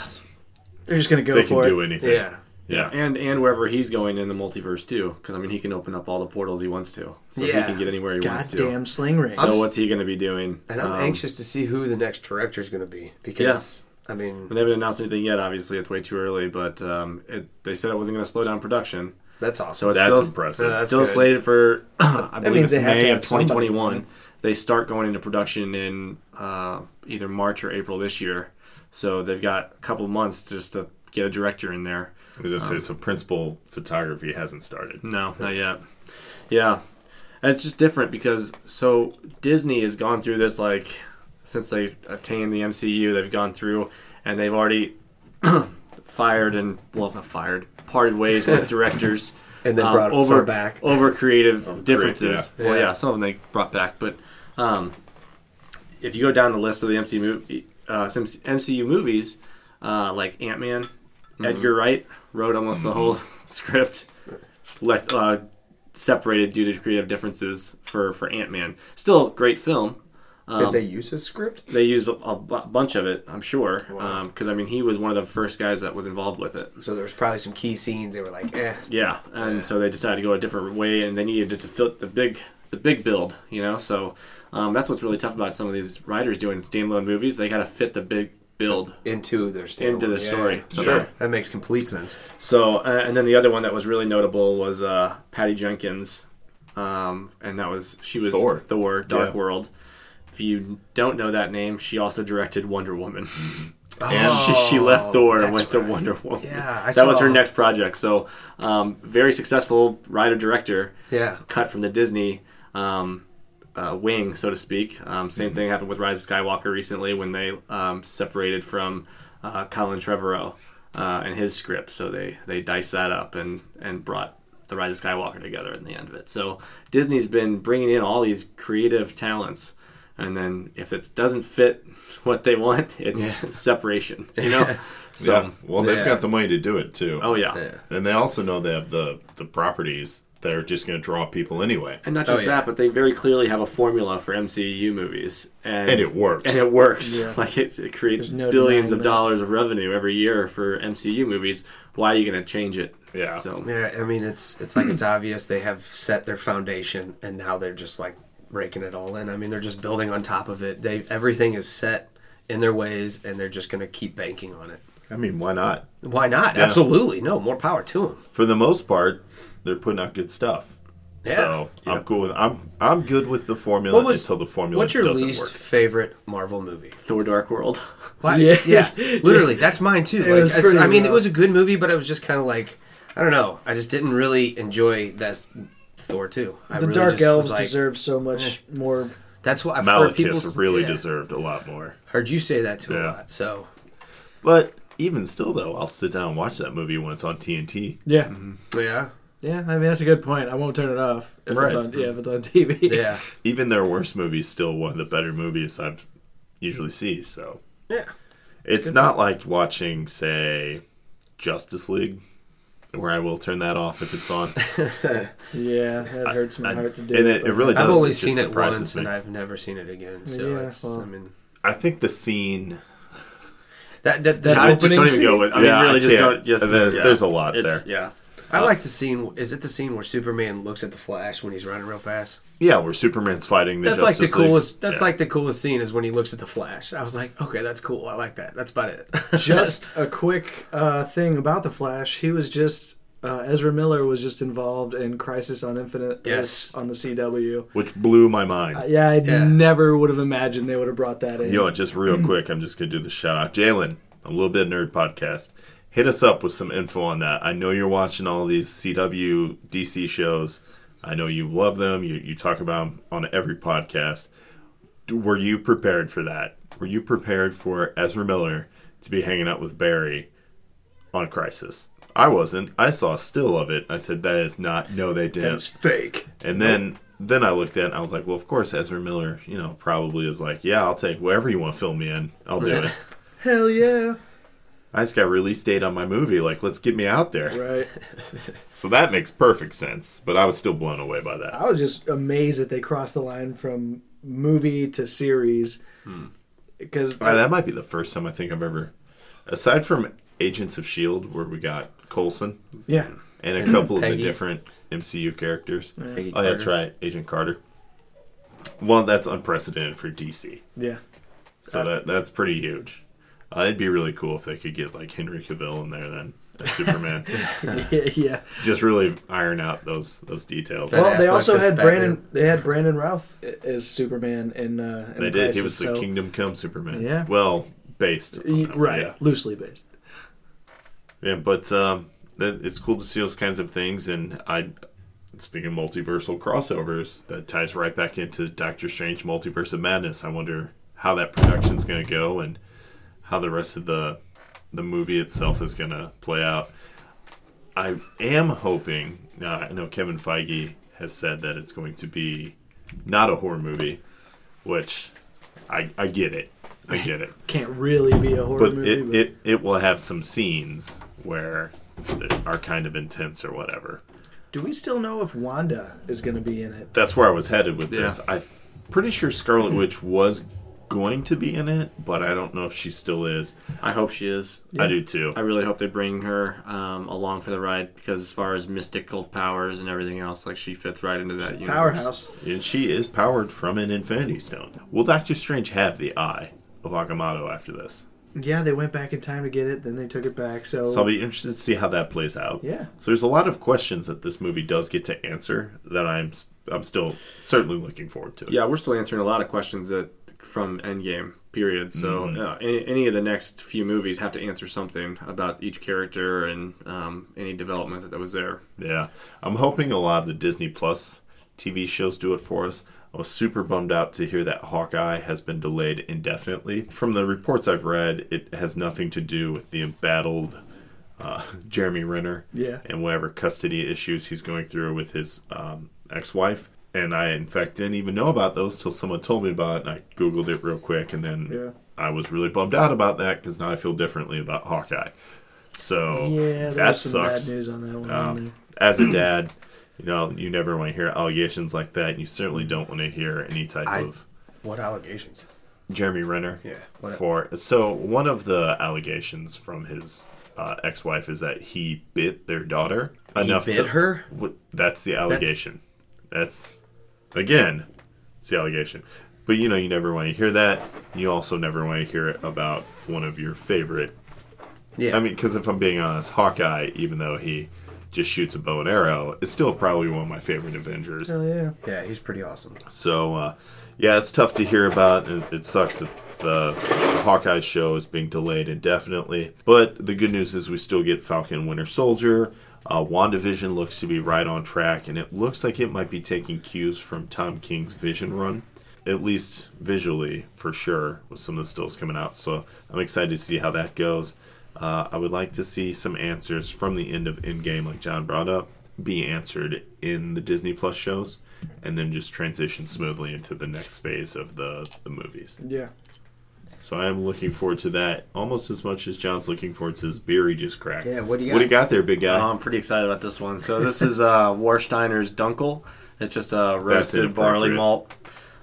Speaker 6: They're just gonna go
Speaker 1: they can
Speaker 6: for
Speaker 1: do
Speaker 6: it.
Speaker 1: anything.
Speaker 5: Yeah,
Speaker 1: yeah.
Speaker 7: And and wherever he's going in the multiverse too, because I mean he can open up all the portals he wants to, so he
Speaker 5: Yeah.
Speaker 7: can get anywhere he wants to.
Speaker 6: Goddamn sling ring.
Speaker 7: So what's he going to be doing?
Speaker 5: and I'm
Speaker 7: Um,
Speaker 5: anxious to see who the next director is going to be because I mean
Speaker 7: They haven't announced anything yet. Obviously, it's way too early, but um, it, they said it wasn't going to slow down production.
Speaker 5: that's awesome.
Speaker 7: So it's
Speaker 1: That's
Speaker 7: still,
Speaker 1: impressive.
Speaker 7: it's
Speaker 5: That's
Speaker 7: still
Speaker 5: good.
Speaker 7: slated for, I believe
Speaker 6: means
Speaker 7: it's
Speaker 6: they have to
Speaker 7: May
Speaker 6: have
Speaker 7: of 2021. They start going into production in uh, either March or April this year. So they've got a couple months just to get a director in there.
Speaker 1: I was gonna say, so principal photography hasn't started.
Speaker 7: No, not yet. Yeah. And it's just different because so Disney has gone through this like since they attained the MCU, they've gone through and they've already fired and well not fired, parted ways with directors. um,
Speaker 5: And then brought some back.
Speaker 7: over creative differences.
Speaker 1: yeah.
Speaker 7: Well,
Speaker 5: Yeah.
Speaker 7: yeah, some of them they brought back, but um, if you go down the list of the MCU, movie, uh, some MCU movies, uh, like Ant Man, Edgar Wright wrote almost the whole script, left, uh, separated due to creative differences for for Ant Man. Still a great film.
Speaker 5: Did they use his script?
Speaker 7: They used a, a bu- bunch of it, I'm sure, because I mean he was one of the first guys that was involved with it.
Speaker 5: So there was probably some key scenes they were like, eh.
Speaker 7: Yeah, and so they decided to go a different way, and they needed to fit the big the big build, you know. So um, that's what's really tough about some of these writers doing standalone movies. They got to fit the big build.
Speaker 5: Into their story.
Speaker 7: Into the story.
Speaker 5: Sure. That makes complete sense.
Speaker 7: So uh, and then the other one that was really notable was uh, Patty Jenkins, um, and that was she was
Speaker 1: Thor.
Speaker 7: Thor Dark
Speaker 1: Yeah.
Speaker 7: World. If you don't know that name, she also directed Wonder Woman.
Speaker 1: And
Speaker 7: she, she left Thor and
Speaker 5: Oh, that's
Speaker 7: went to Wonder Woman.
Speaker 5: Yeah, I
Speaker 7: that was her
Speaker 5: saw-
Speaker 7: next project. So, um, very successful writer director.
Speaker 5: Yeah.
Speaker 7: cut from the Disney um, uh, wing, so to speak. Um, same
Speaker 5: Mm-hmm.
Speaker 7: thing happened with Rise of Skywalker recently when they um, separated from uh, Colin Trevorrow. uh, and his script. So they they diced that up and and brought the Rise of Skywalker together in the end of it. So Disney's been bringing in all these creative talents, and then if it doesn't fit what they want, it's separation. You know. So
Speaker 1: yeah. Well, they've
Speaker 5: Yeah.
Speaker 1: got the money to do it too.
Speaker 7: oh yeah.
Speaker 5: Yeah.
Speaker 1: And they also know they have the the properties that are just going to draw people anyway.
Speaker 7: And not
Speaker 5: Oh,
Speaker 7: just
Speaker 5: yeah.
Speaker 7: that, but they very clearly have a formula for MCU movies, and,
Speaker 1: And it works.
Speaker 7: And it works.
Speaker 6: Yeah.
Speaker 7: Like it, it creates
Speaker 6: There's no
Speaker 7: billions of
Speaker 6: denying that.
Speaker 7: dollars of revenue every year for MCU movies. Why are you going to change it?
Speaker 1: Yeah.
Speaker 7: So
Speaker 5: Yeah, I mean it's it's like it's obvious they have set their foundation and now they're just like raking it all in. I mean they're just building on top of it. They everything is set in their ways and they're just going to keep banking on it.
Speaker 1: I mean, why not?
Speaker 5: Why not?
Speaker 1: Yeah.
Speaker 5: Absolutely. No, more power to them.
Speaker 1: For the most part, they're putting out good stuff.
Speaker 5: Yeah.
Speaker 1: So
Speaker 7: Yeah.
Speaker 1: I'm cool with I'm I'm good with the formula
Speaker 5: What was-
Speaker 1: until the formula
Speaker 5: What's your
Speaker 1: doesn't
Speaker 5: least
Speaker 1: work.
Speaker 5: favorite Marvel movie?
Speaker 7: Thor: Dark World.
Speaker 5: Why?
Speaker 6: Yeah.
Speaker 5: Yeah. literally, that's mine too.
Speaker 6: was
Speaker 5: Like, it's-
Speaker 6: pretty
Speaker 5: I mean, it
Speaker 6: rough.
Speaker 5: was a good movie, but it was just kind of like I don't know. I just didn't really enjoy that Thor too. I
Speaker 6: the
Speaker 5: really
Speaker 6: Dark
Speaker 5: just
Speaker 6: Elves
Speaker 5: was like- eh.
Speaker 6: deserve so much more.
Speaker 5: That's what I've heard people
Speaker 1: Malekith
Speaker 5: s-
Speaker 1: really
Speaker 5: yeah,
Speaker 1: deserved a lot more.
Speaker 5: Heard you say that too
Speaker 1: Yeah.
Speaker 5: a lot. So
Speaker 1: But even still, though, I'll sit down and watch that movie when it's on TNT.
Speaker 6: Yeah,
Speaker 5: yeah,
Speaker 6: yeah. I mean, that's a good point. I won't turn it off if
Speaker 1: Right.
Speaker 6: it's on. Yeah, if it's on TV.
Speaker 5: yeah,
Speaker 1: Even their worst movie is still one of the better movies I've usually see. So
Speaker 5: yeah.
Speaker 1: it's not like watching, say, Justice League, where I will turn that off if it's on.
Speaker 6: Yeah, that hurts my
Speaker 1: I-
Speaker 6: heart to do.
Speaker 1: and
Speaker 6: it,
Speaker 1: it,
Speaker 6: but-
Speaker 1: it really does.
Speaker 5: I've only
Speaker 1: just
Speaker 5: seen it
Speaker 1: surprises
Speaker 5: once,
Speaker 1: me.
Speaker 5: and I've never seen it again. So
Speaker 6: Yeah,
Speaker 5: it's,
Speaker 6: well.
Speaker 5: I mean,
Speaker 1: I think the scene.
Speaker 5: that that, that
Speaker 7: I just
Speaker 5: opening.
Speaker 7: don't
Speaker 5: scene-
Speaker 7: even go with. I mean,
Speaker 1: Yeah,
Speaker 7: really,
Speaker 1: I
Speaker 7: just
Speaker 1: can't.
Speaker 7: don't. Just
Speaker 1: There's-
Speaker 7: yeah.
Speaker 1: there's a lot
Speaker 7: It's-
Speaker 1: there.
Speaker 7: Yeah.
Speaker 5: I like the scene. Is it the scene where Superman looks at the Flash when he's running real fast?
Speaker 1: Yeah, where Superman's fighting the
Speaker 5: that's
Speaker 1: Justice
Speaker 5: like the
Speaker 1: League.
Speaker 5: coolest. That's
Speaker 1: Yeah.
Speaker 5: like the coolest scene is when he looks at the Flash. I was like, okay, that's cool. I like that. That's about it.
Speaker 6: just a quick uh, thing about the Flash. He was just uh, Ezra Miller was just involved in Crisis on Infinite
Speaker 5: Yes.
Speaker 6: Earths on the CW.
Speaker 1: which blew my mind.
Speaker 6: Uh, yeah, I
Speaker 5: Yeah.
Speaker 6: never would have imagined they would have brought that in.
Speaker 1: You know, what, just real quick, I'm just gonna do the shout out. Jalen, a little bit nerd podcast. Hit us up with some info on that. I know you're watching all these CW DC shows. I know you love them. You you talk about them on every podcast. Do- Were you prepared for that? Were you prepared for Ezra Miller to be hanging out with Barry on Crisis? I wasn't. I saw a still of it. I said that is not. No, they didn't.
Speaker 6: It's fake.
Speaker 1: And then then I looked at it and I was like, well, of course Ezra Miller, you know, probably is like, yeah, I'll take wherever you want to film me in. I'll do it.
Speaker 6: Hell yeah!
Speaker 1: I just got a release date on my movie. Like, let's get me out there.
Speaker 6: Right.
Speaker 1: So that makes perfect sense. But I was still blown away by that.
Speaker 6: I was just amazed that they crossed the line from movie to series. Because
Speaker 1: Uh, that might be the first time I think I've ever, aside from Agents of Shield, E where we got Coulson
Speaker 6: yeah,
Speaker 1: and a couple of the
Speaker 5: Peggy.
Speaker 1: different MCU characters. Oh, that's right, Agent Carter. Well, that's unprecedented for DC.
Speaker 6: yeah.
Speaker 1: So that that's pretty huge. Uh, it'd be really cool if they could get like Henry Cavill in there then as Superman.
Speaker 6: yeah, yeah.
Speaker 1: Just really iron out those those details.
Speaker 5: That-
Speaker 6: Well, they
Speaker 5: Affleck
Speaker 6: also
Speaker 5: as
Speaker 6: had
Speaker 5: Batman.
Speaker 6: Brandon. They had Brandon Routh i- as Superman in. Uh, in
Speaker 1: they did. He
Speaker 6: Crisis,
Speaker 1: was the
Speaker 6: so-
Speaker 1: Kingdom Come Superman.
Speaker 6: Yeah.
Speaker 1: Well, based. on
Speaker 6: He-
Speaker 1: him,
Speaker 6: right,
Speaker 1: Yeah.
Speaker 6: loosely based.
Speaker 1: Yeah, but um, that, it's cool to see those kinds of things. And I, speaking of multiversal crossovers, that ties right back into Doctor Strange Multiverse of Madness. I wonder how that production's going to go and how the rest of the the movie itself is going to play out. I am hoping. Now I know Kevin Feige has said that it's going to be not a horror movie, which I, I get it. I get it
Speaker 6: Can't really be a horror
Speaker 1: but
Speaker 6: movie.
Speaker 1: it, it it will have some scenes where they are kind of intense or whatever.
Speaker 6: do we still know if Wanda is going to be in it?
Speaker 1: That's where I was headed with this.
Speaker 7: Yeah.
Speaker 1: I'm pretty sure Scarlet Witch was going to be in it, but I don't know if she still is.
Speaker 7: I hope she is.
Speaker 1: I do too.
Speaker 7: I really hope they bring her um, along for the ride because as far as mystical powers and everything else, like she fits right into that universe.
Speaker 6: Powerhouse.
Speaker 1: and she is powered from an Infinity Stone. Will Doctor Strange have the Eye of Agamotto after this?
Speaker 6: Yeah, they went back in time to get it, then they took it back. So,
Speaker 1: So I'll be interested to see how that plays out.
Speaker 6: Yeah.
Speaker 1: So there's a lot of questions that this movie does get to answer that I'm s- I'm still certainly looking forward to.
Speaker 7: Yeah, we're still answering a lot of questions that from Endgame period. So uh, any, any of the next few movies have to answer something about each character and um, any development that, that was there.
Speaker 1: Yeah, I'm hoping a lot of the Disney Plus TV shows do it for us. I was super bummed out to hear that Hawkeye has been delayed indefinitely. From the reports I've read, it has nothing to do with the embattled uh, Jeremy Renner
Speaker 6: Yeah.
Speaker 1: and whatever custody issues he's going through with his um, ex-wife. And I, in fact, didn't even know about those till someone told me about it, and I googled it real quick, and then
Speaker 6: Yeah.
Speaker 1: I was really bummed out about that because now I feel differently about Hawkeye. So
Speaker 6: Yeah, there
Speaker 1: that
Speaker 6: was some
Speaker 1: sucks.
Speaker 6: bad news on that one.
Speaker 1: Um, as a dad, you know, you never want to hear allegations like that. and You certainly don't want to hear any type
Speaker 5: I-
Speaker 1: of
Speaker 5: What allegations?
Speaker 1: Jeremy Renner.
Speaker 5: Yeah, what-
Speaker 1: for so one of the allegations from his uh, ex-wife is that he bit their daughter
Speaker 5: He
Speaker 1: enough
Speaker 5: bit
Speaker 1: to
Speaker 5: her?
Speaker 1: W- that's the allegation. That's, again, it's the allegation. But you know, you never want to hear that. You also never want to hear it about one of your favorite
Speaker 5: Yeah.
Speaker 1: I mean, because if I'm being honest, Hawkeye, even though he just shoots a bow and arrow, is still probably one of my favorite Avengers.
Speaker 6: Hell yeah.
Speaker 5: yeah, he's pretty awesome.
Speaker 1: So, uh, yeah, it's tough to hear about. It, it sucks that the Hawkeye show is being delayed indefinitely. But the good news is we still get Falcon and Winter Soldier. Uh, WandaVision looks to be right on track, and it looks like it might be taking cues from Tom King's Vision run, at least visually, for sure, with some of the stills coming out. So I'm excited to see how that goes. Uh, I would like to see some answers from the end of Endgame, like John brought up, be answered in the Disney Plus shows, and then just transition smoothly into the next phase of the, the movies.
Speaker 6: Yeah.
Speaker 1: So I am looking forward to that almost as much as John's looking forward to his beer he just cracked.
Speaker 5: Yeah, what do you
Speaker 1: What
Speaker 5: got?
Speaker 1: do you got there, big guy?
Speaker 7: Oh, I'm pretty excited about this one. So this is uh, Warsteiner's Dunkel. It's just a roasted barley
Speaker 1: inappropriate.
Speaker 7: malt.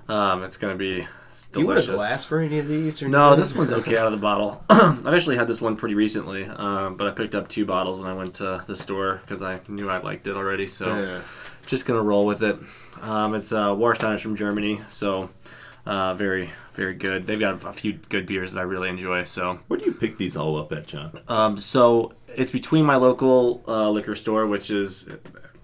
Speaker 7: Um, it's gonna be it's
Speaker 5: Do you want
Speaker 7: delicious.
Speaker 5: a glass for any of these? Or
Speaker 7: No,
Speaker 5: anything?
Speaker 7: this one's okay out of the bottle. I've actually had this one pretty recently, um, but I picked up two bottles when I went to the store because I knew I liked it already. So
Speaker 5: Yeah.
Speaker 7: just gonna roll with it. Um, it's uh, Warsteiner's from Germany, so uh, very very good. They've got a few good beers that I really enjoy. So
Speaker 1: Where do you pick these all up at, John?
Speaker 7: um, so it's between my local uh, liquor store, which is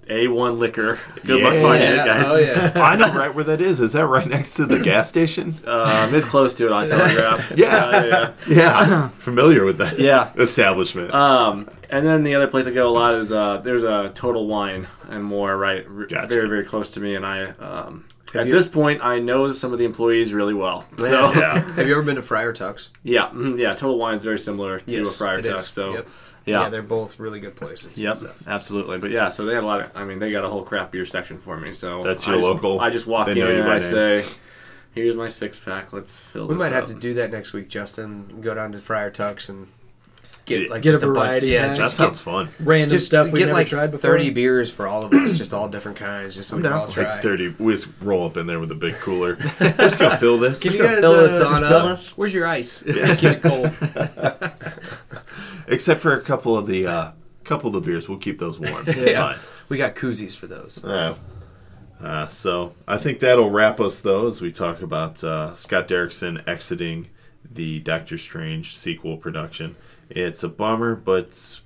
Speaker 7: A1 Liquor. Good luck
Speaker 1: Yeah.
Speaker 7: finding it, guys.
Speaker 5: Oh yeah.
Speaker 1: I know right where that is. Is that right next to the gas station?
Speaker 7: Um, it's close to it on Telegraph.
Speaker 1: Yeah.
Speaker 7: Uh, yeah.
Speaker 1: Yeah, I'm familiar with that
Speaker 7: Yeah.
Speaker 1: establishment.
Speaker 7: Um, and then the other place I go a lot is uh, there's a Total Wine and more right, r-
Speaker 1: Gotcha.
Speaker 7: very very close to me, and I um, at
Speaker 5: you-
Speaker 7: this point I know some of the employees really well. So yeah,
Speaker 1: yeah.
Speaker 5: Have you ever been to Friar Tuck's?
Speaker 7: yeah, mhm, yeah, Total Wine is very similar to a Friar
Speaker 5: it
Speaker 7: Tuck.
Speaker 5: is.
Speaker 7: So
Speaker 5: Yep.
Speaker 7: yeah,
Speaker 5: they're both really good places.
Speaker 7: Yep, absolutely. But yeah, so they had a lot of. I mean, they got a whole craft beer section for me. So
Speaker 1: That's
Speaker 7: I
Speaker 1: your
Speaker 7: just-
Speaker 1: local?
Speaker 7: I just walk
Speaker 1: They
Speaker 7: in
Speaker 1: know you
Speaker 7: and
Speaker 1: by
Speaker 7: I
Speaker 1: name.
Speaker 7: say, "Here's my six pack. Let's fill
Speaker 5: We
Speaker 7: this
Speaker 5: might have
Speaker 7: up."
Speaker 5: to do that next week, Justin. Go down to Friar Tuck's and get
Speaker 1: Yeah.
Speaker 5: like
Speaker 6: Get a
Speaker 5: just bunch-
Speaker 6: variety
Speaker 5: Yeah,
Speaker 6: pack.
Speaker 1: That
Speaker 5: just
Speaker 1: sounds
Speaker 5: get,
Speaker 1: fun.
Speaker 6: Random
Speaker 5: just
Speaker 6: stuff we
Speaker 5: get
Speaker 6: never
Speaker 5: like
Speaker 6: tried before.
Speaker 5: thirty beers for all of us, just all different kinds, just so we can all try.
Speaker 1: Like 30. We just roll up in there with a big cooler. Let's go fill this.
Speaker 5: Can you
Speaker 6: Just
Speaker 5: guys
Speaker 6: fill
Speaker 5: uh,
Speaker 6: us
Speaker 5: just
Speaker 6: on
Speaker 5: fill
Speaker 6: up.
Speaker 5: us? Where's your ice? Get it cold.
Speaker 1: Except for a couple of the uh, couple of the beers. We'll keep those warm. It's
Speaker 5: Yeah.
Speaker 1: fine.
Speaker 5: We got koozies for those.
Speaker 1: Uh, uh, so I think that'll wrap us though as we talk about uh, Scott Derrickson exiting the Doctor Strange sequel production. It's a bummer, but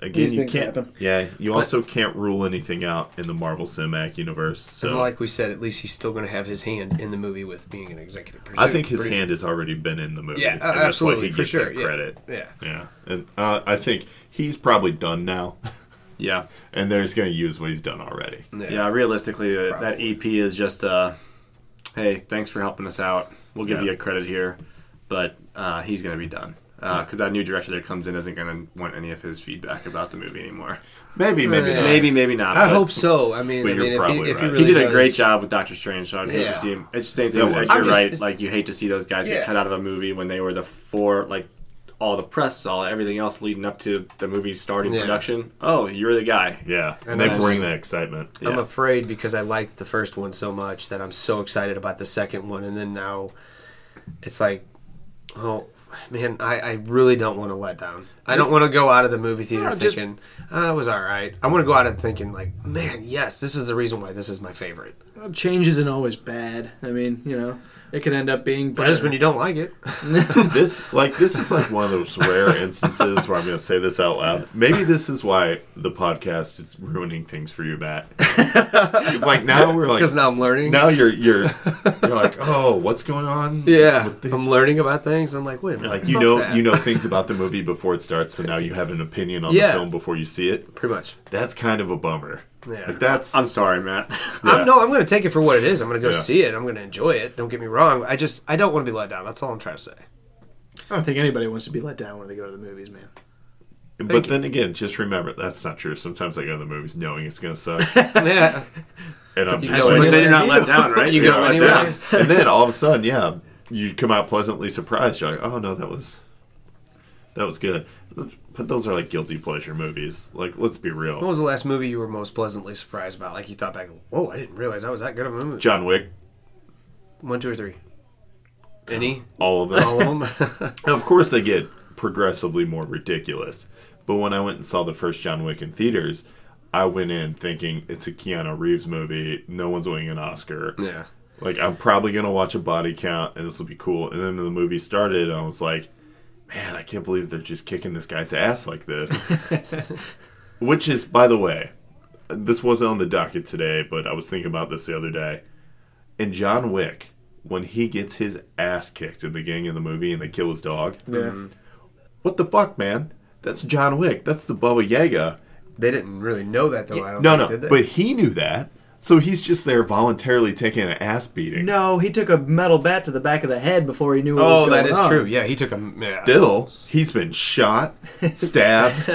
Speaker 1: again,
Speaker 6: These
Speaker 1: you
Speaker 6: things
Speaker 1: can't.
Speaker 6: happen.
Speaker 1: Yeah, you also can't rule anything out in the Marvel Cinematic Universe. So
Speaker 5: And like we said, at least he's still going to have his hand in the movie with being an executive producer.
Speaker 1: I think his hand has already been in the movie.
Speaker 5: Yeah,
Speaker 1: and
Speaker 5: uh,
Speaker 1: That's why
Speaker 5: absolutely,
Speaker 1: he
Speaker 5: for
Speaker 1: gets
Speaker 5: sure.
Speaker 1: that
Speaker 5: yeah.
Speaker 1: credit.
Speaker 5: Yeah.
Speaker 1: Yeah, and uh, I think he's probably done now,
Speaker 7: Yeah,
Speaker 1: and they're just going to use what he's done already.
Speaker 5: Yeah.
Speaker 7: yeah. Realistically, uh, that EP is just uh, "Hey, thanks for helping us out. We'll give
Speaker 1: Yeah.
Speaker 7: you a credit here," but uh, he's gonna be done because that new director that comes in isn't gonna want any of his feedback about the movie anymore.
Speaker 1: Maybe, maybe, not.
Speaker 7: Maybe, maybe not.
Speaker 5: I
Speaker 7: but-
Speaker 5: hope so. I mean,
Speaker 1: But
Speaker 5: I
Speaker 1: you're
Speaker 5: mean, if he,
Speaker 1: probably
Speaker 5: if he
Speaker 1: right.
Speaker 5: really
Speaker 7: he did a
Speaker 5: does-
Speaker 7: great job with Doctor Strange, so I'd hate
Speaker 5: Yeah.
Speaker 7: to see him. It's the same
Speaker 1: That
Speaker 7: thing.
Speaker 1: was- I'm
Speaker 7: Like, you're
Speaker 5: just-
Speaker 7: right.
Speaker 5: it's-
Speaker 7: Like you hate to see those guys
Speaker 5: Yeah.
Speaker 7: get cut out of a movie when they were the four, like all the press, all everything else leading up to the movie starting
Speaker 5: Yeah.
Speaker 7: production. Oh, you're the guy.
Speaker 1: Yeah, and
Speaker 5: And
Speaker 1: they
Speaker 5: that's-
Speaker 1: bring that excitement.
Speaker 5: I'm
Speaker 7: Yeah.
Speaker 5: afraid because I liked the first one so much that I'm so excited about the second one, and then now it's like, oh man, I, I really don't want to let down. I don't want to go out of the movie theater
Speaker 7: just-
Speaker 5: thinking oh, it was all right. I want to go out of thinking like, man, yes, this is the reason why this is my favorite.
Speaker 6: Change isn't always bad. I mean, you know, it can end up being
Speaker 5: But it's
Speaker 6: better.
Speaker 5: when you don't like it.
Speaker 1: this like this is like one of those rare instances where I'm going to say this out loud. Maybe this is why the podcast is ruining things for you, Matt. It's like now we're like
Speaker 5: Because now I'm learning.
Speaker 1: now you're you're you're like oh what's going on?
Speaker 5: yeah,
Speaker 1: with these?
Speaker 5: I'm learning about things. I'm like, wait a minute,
Speaker 1: Like you
Speaker 5: fuck
Speaker 1: know
Speaker 5: that.
Speaker 1: you know things about the movie before it starts, so now you have an opinion on
Speaker 5: Yeah.
Speaker 1: the film before you see it.
Speaker 5: pretty much.
Speaker 1: That's kind of a bummer.
Speaker 5: Yeah.
Speaker 1: Like that's
Speaker 7: I'm sorry, Matt.
Speaker 5: I'm, no, I'm going to take it for what it is. I'm going to go
Speaker 1: Yeah.
Speaker 5: see it. I'm going to enjoy it. Don't get me wrong. I just I don't want to be let down. That's all I'm trying to say.
Speaker 6: I don't think anybody wants to be let down when they go to the movies, man.
Speaker 1: But then again, just remember that's not true. Sometimes I go to the movies knowing it's gonna suck,
Speaker 5: yeah.
Speaker 1: and I'm
Speaker 5: go
Speaker 1: just
Speaker 5: in
Speaker 1: like,
Speaker 7: but then you're not
Speaker 5: you-
Speaker 7: let down, right?
Speaker 5: you
Speaker 7: You're
Speaker 5: go
Speaker 7: not let
Speaker 5: anyway.
Speaker 7: down.
Speaker 1: and then all of a sudden, yeah, you come out pleasantly surprised. You're like, oh no, that was that was good. But those are like guilty pleasure movies. Like, let's be
Speaker 5: What
Speaker 1: real.
Speaker 5: was the last movie you were most pleasantly surprised about? Like you thought back, whoa, I didn't realize that was that good of a movie.
Speaker 1: John Wick,
Speaker 5: One, two, or three. Any?
Speaker 1: all of them.
Speaker 5: All of them?
Speaker 1: of course, they get progressively more ridiculous. But when I went and saw the first John Wick in theaters, I went in thinking it's a Keanu Reeves movie. No one's winning an Oscar.
Speaker 5: yeah.
Speaker 1: Like I'm probably gonna watch a body count and this will be cool. And then the movie started and I was like, Man, I can't believe they're just kicking this guy's ass like this. Which is, by the way, this wasn't on the docket today, but I was thinking about this the other day. In John Wick, when he gets his ass kicked in the beginning of the movie and they kill his dog,
Speaker 6: Yeah.
Speaker 1: what the fuck, man? That's John Wick. That's the Baba Yaga.
Speaker 5: They didn't really know that though. I don't
Speaker 1: No,
Speaker 5: think,
Speaker 1: no,
Speaker 5: did they?
Speaker 1: but he knew that. So he's just there voluntarily taking an ass beating.
Speaker 6: No, he took a metal bat to the back of the head before he knew what was
Speaker 5: oh,
Speaker 6: going
Speaker 5: that is
Speaker 6: on.
Speaker 5: true. Yeah, he took a. Yeah.
Speaker 1: Still, he's been shot, stabbed,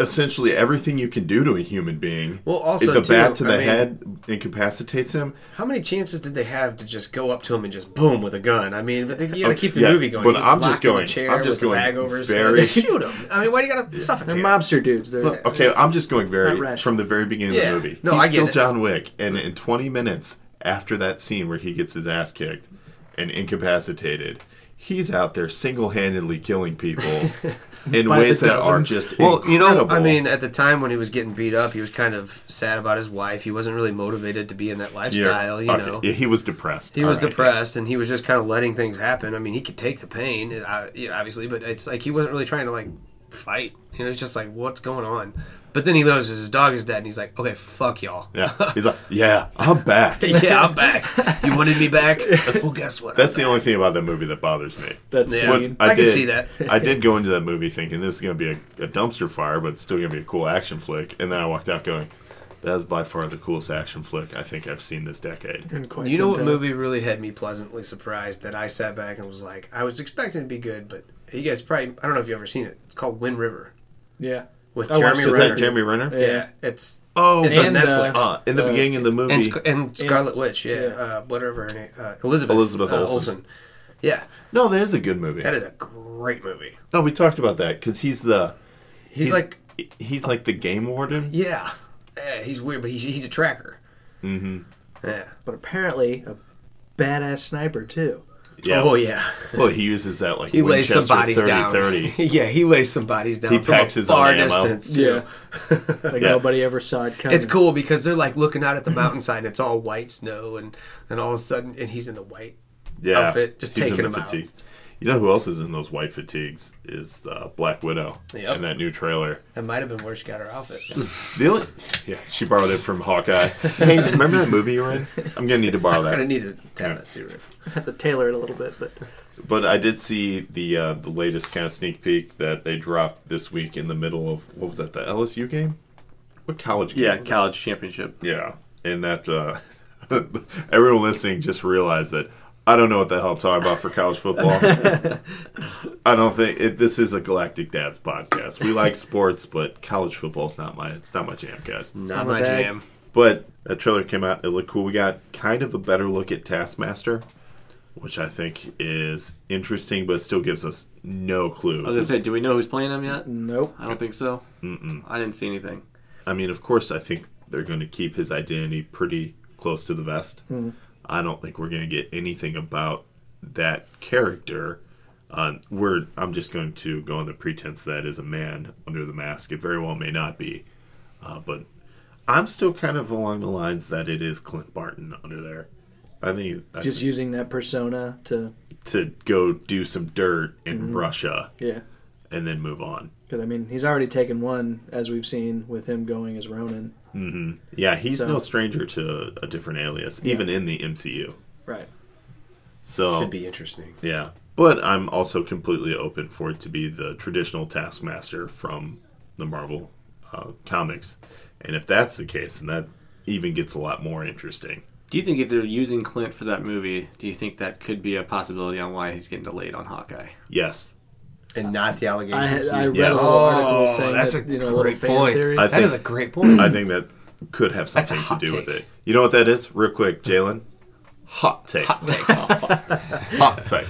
Speaker 1: essentially everything you can do to a human being.
Speaker 5: Well, also,
Speaker 1: the
Speaker 5: too,
Speaker 1: bat to the
Speaker 5: I mean-
Speaker 1: head incapacitates him.
Speaker 5: How many chances did they have to just go up to him and just boom with a gun? I mean, but they, you gotta keep the
Speaker 1: yeah,
Speaker 5: movie going.
Speaker 1: but
Speaker 5: He's
Speaker 1: I'm just
Speaker 5: locked in the
Speaker 1: going-
Speaker 5: chair
Speaker 1: I'm just
Speaker 5: with the
Speaker 1: going
Speaker 5: bag over his
Speaker 1: very-
Speaker 5: head. Shoot him! I mean, why do you gotta
Speaker 6: They're
Speaker 5: suffocate?
Speaker 6: mobster dudes. They're
Speaker 1: Look, okay, I'm just going very
Speaker 6: rational.
Speaker 1: from the very beginning
Speaker 5: Yeah.
Speaker 1: of the movie.
Speaker 5: No,
Speaker 1: he's
Speaker 5: I get
Speaker 1: still
Speaker 5: it.
Speaker 1: John Wick, and in 20 minutes after that scene where he gets his ass kicked and incapacitated, he's out there single-handedly killing people in
Speaker 6: By the
Speaker 1: ways that are
Speaker 6: dozens.
Speaker 1: just
Speaker 5: Well,
Speaker 1: incredible.
Speaker 5: you know, I mean, at the time when he was getting beat up, he was kind of sad about his wife. He wasn't really motivated to be in that
Speaker 1: Yeah,
Speaker 5: lifestyle, you
Speaker 1: okay,
Speaker 5: know.
Speaker 1: yeah, he was depressed.
Speaker 5: He
Speaker 1: All
Speaker 5: was
Speaker 1: right, yeah.
Speaker 5: depressed, and he was just kind of letting things happen. I mean, he could take the pain, and I- you know, obviously, but it's like he wasn't really trying to like fight. You know, it's just like what's going on. But then he notices his dog is dead, and he's like, "Okay, fuck y'all."
Speaker 1: Yeah, he's like, yeah, I'm back.
Speaker 5: yeah, I'm back. You wanted me back? well, guess what?
Speaker 1: That's the only thing about that movie that bothers me.
Speaker 6: that
Speaker 5: Yeah. uh,
Speaker 6: scene.
Speaker 5: I can see that.
Speaker 1: I did go into that movie thinking this is going to be a, a dumpster fire, but it's still going to be a cool action flick. And then I walked out going, that is by far the coolest action flick I think I've seen this decade.
Speaker 6: In quite
Speaker 5: You know
Speaker 6: some
Speaker 5: what
Speaker 6: time.
Speaker 5: movie really had me pleasantly surprised that I sat back and was like, I was expecting it to be good, but you guys probably I don't know if you've ever seen it. It's called Wind River
Speaker 6: Yeah.
Speaker 5: with
Speaker 6: I watched
Speaker 5: Jeremy
Speaker 6: it.
Speaker 1: Is
Speaker 5: Renner.
Speaker 1: that Jeremy Renner?
Speaker 5: yeah.
Speaker 6: Yeah.
Speaker 5: it's
Speaker 1: Oh,
Speaker 5: it's on
Speaker 6: And, uh,
Speaker 5: Netflix.
Speaker 1: uh, in the beginning of the movie.
Speaker 5: and, Sc- and Scarlet Witch, yeah,
Speaker 6: yeah.
Speaker 5: Uh, whatever her name, uh, Elizabeth
Speaker 1: Elizabeth
Speaker 5: uh,
Speaker 1: Olsen.
Speaker 5: Olsen. Yeah,
Speaker 1: no, that is a good movie.
Speaker 5: that is a great movie.
Speaker 1: no, we talked about that because he's the
Speaker 5: He's, like,
Speaker 1: he's like the game warden.
Speaker 5: yeah, yeah, he's weird, but he's he's a tracker. Mm-hmm. Yeah.
Speaker 6: But apparently, a badass sniper too.
Speaker 5: Oh yeah.
Speaker 1: Well, he uses that like
Speaker 5: He lays
Speaker 1: Winchester
Speaker 5: some bodies
Speaker 1: 30,
Speaker 5: down.
Speaker 1: 30.
Speaker 5: yeah, he lays some bodies down
Speaker 1: He
Speaker 5: from a
Speaker 1: packs his own
Speaker 5: far
Speaker 1: ammo.
Speaker 5: distance too.
Speaker 6: Like
Speaker 1: Yeah.
Speaker 6: nobody ever saw it coming.
Speaker 5: It's cool because they're like looking out at the mountainside and it's all white snow and and all of a sudden and he's in the white.
Speaker 1: yeah.
Speaker 5: outfit, just
Speaker 1: He's in
Speaker 5: taking
Speaker 1: the
Speaker 5: him out.
Speaker 1: fatigues. You know who else is in those white fatigues is uh, Black Widow
Speaker 5: Yep.
Speaker 1: in that new trailer.
Speaker 5: That might have been where she got her outfit.
Speaker 1: The only, yeah, she borrowed it from Hawkeye. Hey, remember that movie you were in? I'm gonna need to borrow
Speaker 5: I
Speaker 1: that.
Speaker 5: need to tap that suit.
Speaker 6: have to tailor it a little bit, but
Speaker 1: But I did see the uh, the latest kind of sneak peek that they dropped this week in the middle of what was that? The LSU game? What college game?
Speaker 7: Yeah,
Speaker 1: was
Speaker 7: college championship.
Speaker 1: it? yeah. And that uh, everyone listening just realized that I don't know what the hell I'm talking about for college football. I don't think it, this is a Galactic Dads podcast. We like sports, but college football's not my it's not my jam, guys.
Speaker 5: Not
Speaker 6: my
Speaker 5: my
Speaker 6: bag.
Speaker 5: jam.
Speaker 1: But that trailer came out. It looked cool. We got kind of a better look at Taskmaster, which I think is interesting, but still gives us no
Speaker 7: I was gonna
Speaker 1: clue.
Speaker 7: say, do we know who's playing him yet?
Speaker 6: nope.
Speaker 7: I don't think so. Mm-mm. I didn't see anything.
Speaker 1: I mean, of course, I think they're going to keep his identity pretty close to the vest. I don't think we're going to get anything about that character. Uh, we're, I'm just going to go on the pretense that is a man under the mask. It very well may not be, uh, but I'm still kind of along the lines that it is Clint Barton under there. I think I
Speaker 6: Just using that persona to
Speaker 1: to go do some dirt in Russia
Speaker 6: yeah.
Speaker 1: and then move on.
Speaker 6: Because I mean, he's already taken one, as we've seen with him going as Ronin.
Speaker 1: Yeah, he's
Speaker 6: So-
Speaker 1: no stranger to a different alias, even in the MCU.
Speaker 6: Right.
Speaker 1: So
Speaker 5: Should be interesting.
Speaker 1: yeah, but I'm also completely open for it to be the traditional Taskmaster from the Marvel uh, comics, and if that's the case, then that even gets a lot more interesting.
Speaker 7: Do you think if they're using Clint for that movie, do you think that could be a possibility on why he's getting delayed on Hawkeye?
Speaker 1: Yes,
Speaker 5: and not the
Speaker 6: I, had-
Speaker 5: allegations.
Speaker 6: I read
Speaker 1: Yes.
Speaker 6: a whole article
Speaker 8: Oh,
Speaker 6: saying
Speaker 8: that's
Speaker 6: that,
Speaker 8: a
Speaker 6: you know, little
Speaker 8: great
Speaker 6: fan
Speaker 8: point.
Speaker 6: theory.
Speaker 1: I
Speaker 8: That is a
Speaker 1: think-
Speaker 8: great point.
Speaker 1: I think that could have
Speaker 8: That's a
Speaker 1: something
Speaker 8: hot
Speaker 1: to do with
Speaker 8: take.
Speaker 1: it. You know what that is? Real quick, Jalen. Hot take. Hot take. hot take.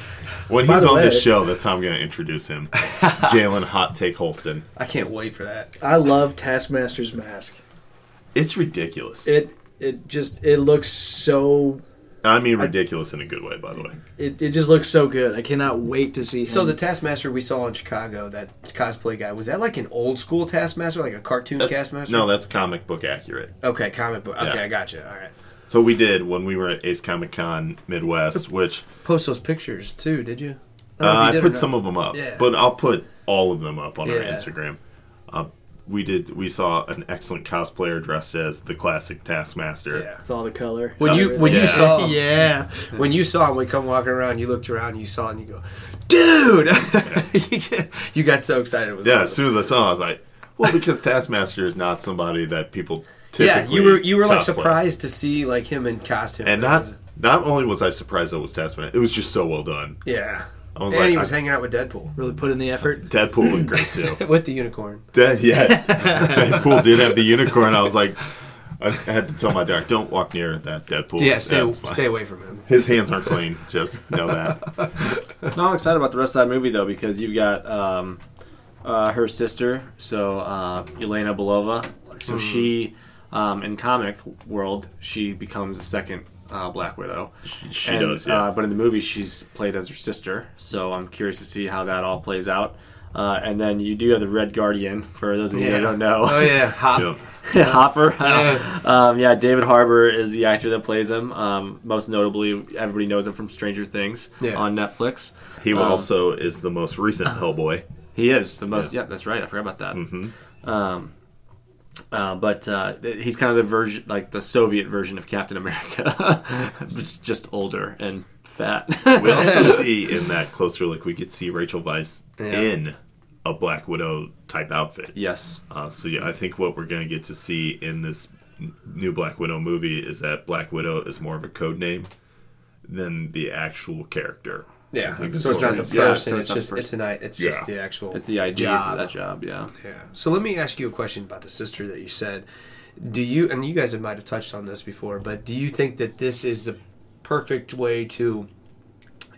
Speaker 1: When
Speaker 6: By
Speaker 1: he's
Speaker 6: the
Speaker 1: on
Speaker 6: way-
Speaker 1: this show, that's how I'm going to introduce him. Jalen Hot Take Holston.
Speaker 5: I can't wait for that.
Speaker 6: I love Taskmaster's mask.
Speaker 1: It's ridiculous.
Speaker 6: It it just it looks so
Speaker 1: I mean, ridiculous in a good way, by the way.
Speaker 6: it, it just looks so good. I cannot wait to see him.
Speaker 5: So the Taskmaster we saw in Chicago, that cosplay guy, was that like an old school Taskmaster, like a cartoon
Speaker 1: That's,
Speaker 5: Taskmaster?
Speaker 1: No, that's comic book accurate.
Speaker 5: Okay, comic book. Okay,
Speaker 1: Yeah.
Speaker 5: I gotcha. All right.
Speaker 1: So we did when we were at Ace Comic Con Midwest, which
Speaker 5: Post those pictures too, did you?
Speaker 1: uh,
Speaker 5: don't know if you
Speaker 1: I
Speaker 5: did or
Speaker 1: put
Speaker 5: not.
Speaker 1: some of them up,
Speaker 5: Yeah.
Speaker 1: but I'll put all of them up on our
Speaker 5: Yeah.
Speaker 1: Instagram. Uh, we did. We saw an excellent cosplayer dressed as the classic Taskmaster.
Speaker 5: Yeah.
Speaker 6: with all the color.
Speaker 5: When you when
Speaker 1: Yeah.
Speaker 5: you saw him,
Speaker 6: yeah,
Speaker 5: when you saw him, we come walking around. You looked around, you saw, it, and you go, "Dude!" you got so excited. It was
Speaker 1: Yeah, as
Speaker 5: awesome.
Speaker 1: soon as I saw, him, I was like, "Well, because Taskmaster is not somebody that people
Speaker 5: yeah.
Speaker 1: typically."
Speaker 5: You were you were like
Speaker 1: cosplay.
Speaker 5: surprised to see like him in costume,
Speaker 1: and
Speaker 5: It
Speaker 1: not
Speaker 5: was-
Speaker 1: not only was I surprised that was Taskmaster, it was just so well done.
Speaker 5: yeah.
Speaker 1: I was
Speaker 5: and
Speaker 1: like,
Speaker 5: he was
Speaker 1: I-
Speaker 5: hanging out with Deadpool
Speaker 6: really put in the effort.
Speaker 1: Deadpool looked great too.
Speaker 5: with the unicorn.
Speaker 1: Dead, yeah, Deadpool did have the unicorn. I was like, I had to tell my dog, don't walk near that Deadpool.
Speaker 5: Yeah, stay,
Speaker 1: That's fine."
Speaker 5: stay away from him.
Speaker 1: His hands aren't clean. Just know that.
Speaker 7: No, I'm excited about the rest of that movie though because you've got um, uh, her sister, so uh, Elena Belova. So she, um, in comic world, she becomes the second uh, Black Widow.
Speaker 1: She
Speaker 7: And,
Speaker 1: does. Yeah.
Speaker 7: Uh, but in the movie, she's played as her sister, so I'm curious to see how that all plays out. Uh, and then you do have the Red Guardian. For those of you
Speaker 5: Yeah.
Speaker 7: that don't know,
Speaker 5: Oh yeah, hop.
Speaker 1: Yeah.
Speaker 7: Hopper. um, yeah, David Harbour is the actor that plays him. Um, most notably, everybody knows him from Stranger Things
Speaker 5: Yeah.
Speaker 7: on Netflix.
Speaker 1: He
Speaker 7: Um,
Speaker 1: also is the most recent Hellboy.
Speaker 7: He is the most. Yeah, that's right. I forgot about that.
Speaker 1: Mm-hmm.
Speaker 7: Um, uh, but uh, th- he's kind of the version, like the Soviet version of Captain America, just, just older and fat.
Speaker 1: We also see in that closer look, we could see Rachel Weisz in a Black Widow type outfit.
Speaker 7: yes.
Speaker 1: Uh, so yeah, I think what we're gonna get to see in this n- new Black Widow movie is that Black Widow is more of a code name than the actual character.
Speaker 5: Yeah,
Speaker 1: think that's
Speaker 5: so it's
Speaker 1: what it
Speaker 5: not the
Speaker 1: is.
Speaker 5: person.
Speaker 7: Yeah,
Speaker 5: it's
Speaker 7: so it's not the
Speaker 5: just it's an i- it's
Speaker 1: Yeah.
Speaker 5: just the actual
Speaker 7: It's the idea
Speaker 5: job.
Speaker 7: for that job. Yeah.
Speaker 5: Yeah. So let me ask you a question about the sister that you said. Do you and you guys have might have touched on this before, but do you think that this is the perfect way to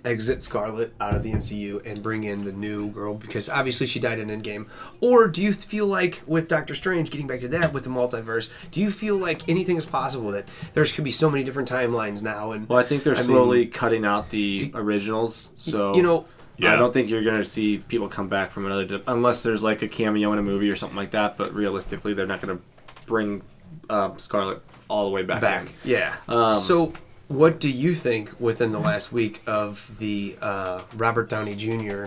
Speaker 5: exit Scarlet out of the MCU and bring in the new girl because obviously she died in Endgame? Or do you feel like with Doctor Strange getting back to that with the multiverse, do you feel like anything is possible that there's could be so many different timelines now and
Speaker 7: Well, I think they're
Speaker 5: I mean-
Speaker 7: slowly cutting out the originals, so
Speaker 5: you know
Speaker 1: Yeah.
Speaker 7: I don't think you're going to see people come back from another, di- unless there's like a cameo in a movie or something like that. But realistically, they're not going to bring uh, Scarlet all the way back.
Speaker 5: back.
Speaker 7: in.
Speaker 5: Yeah.
Speaker 7: Um,
Speaker 5: so, what do you think within the last week of the uh, Robert Downey Jr.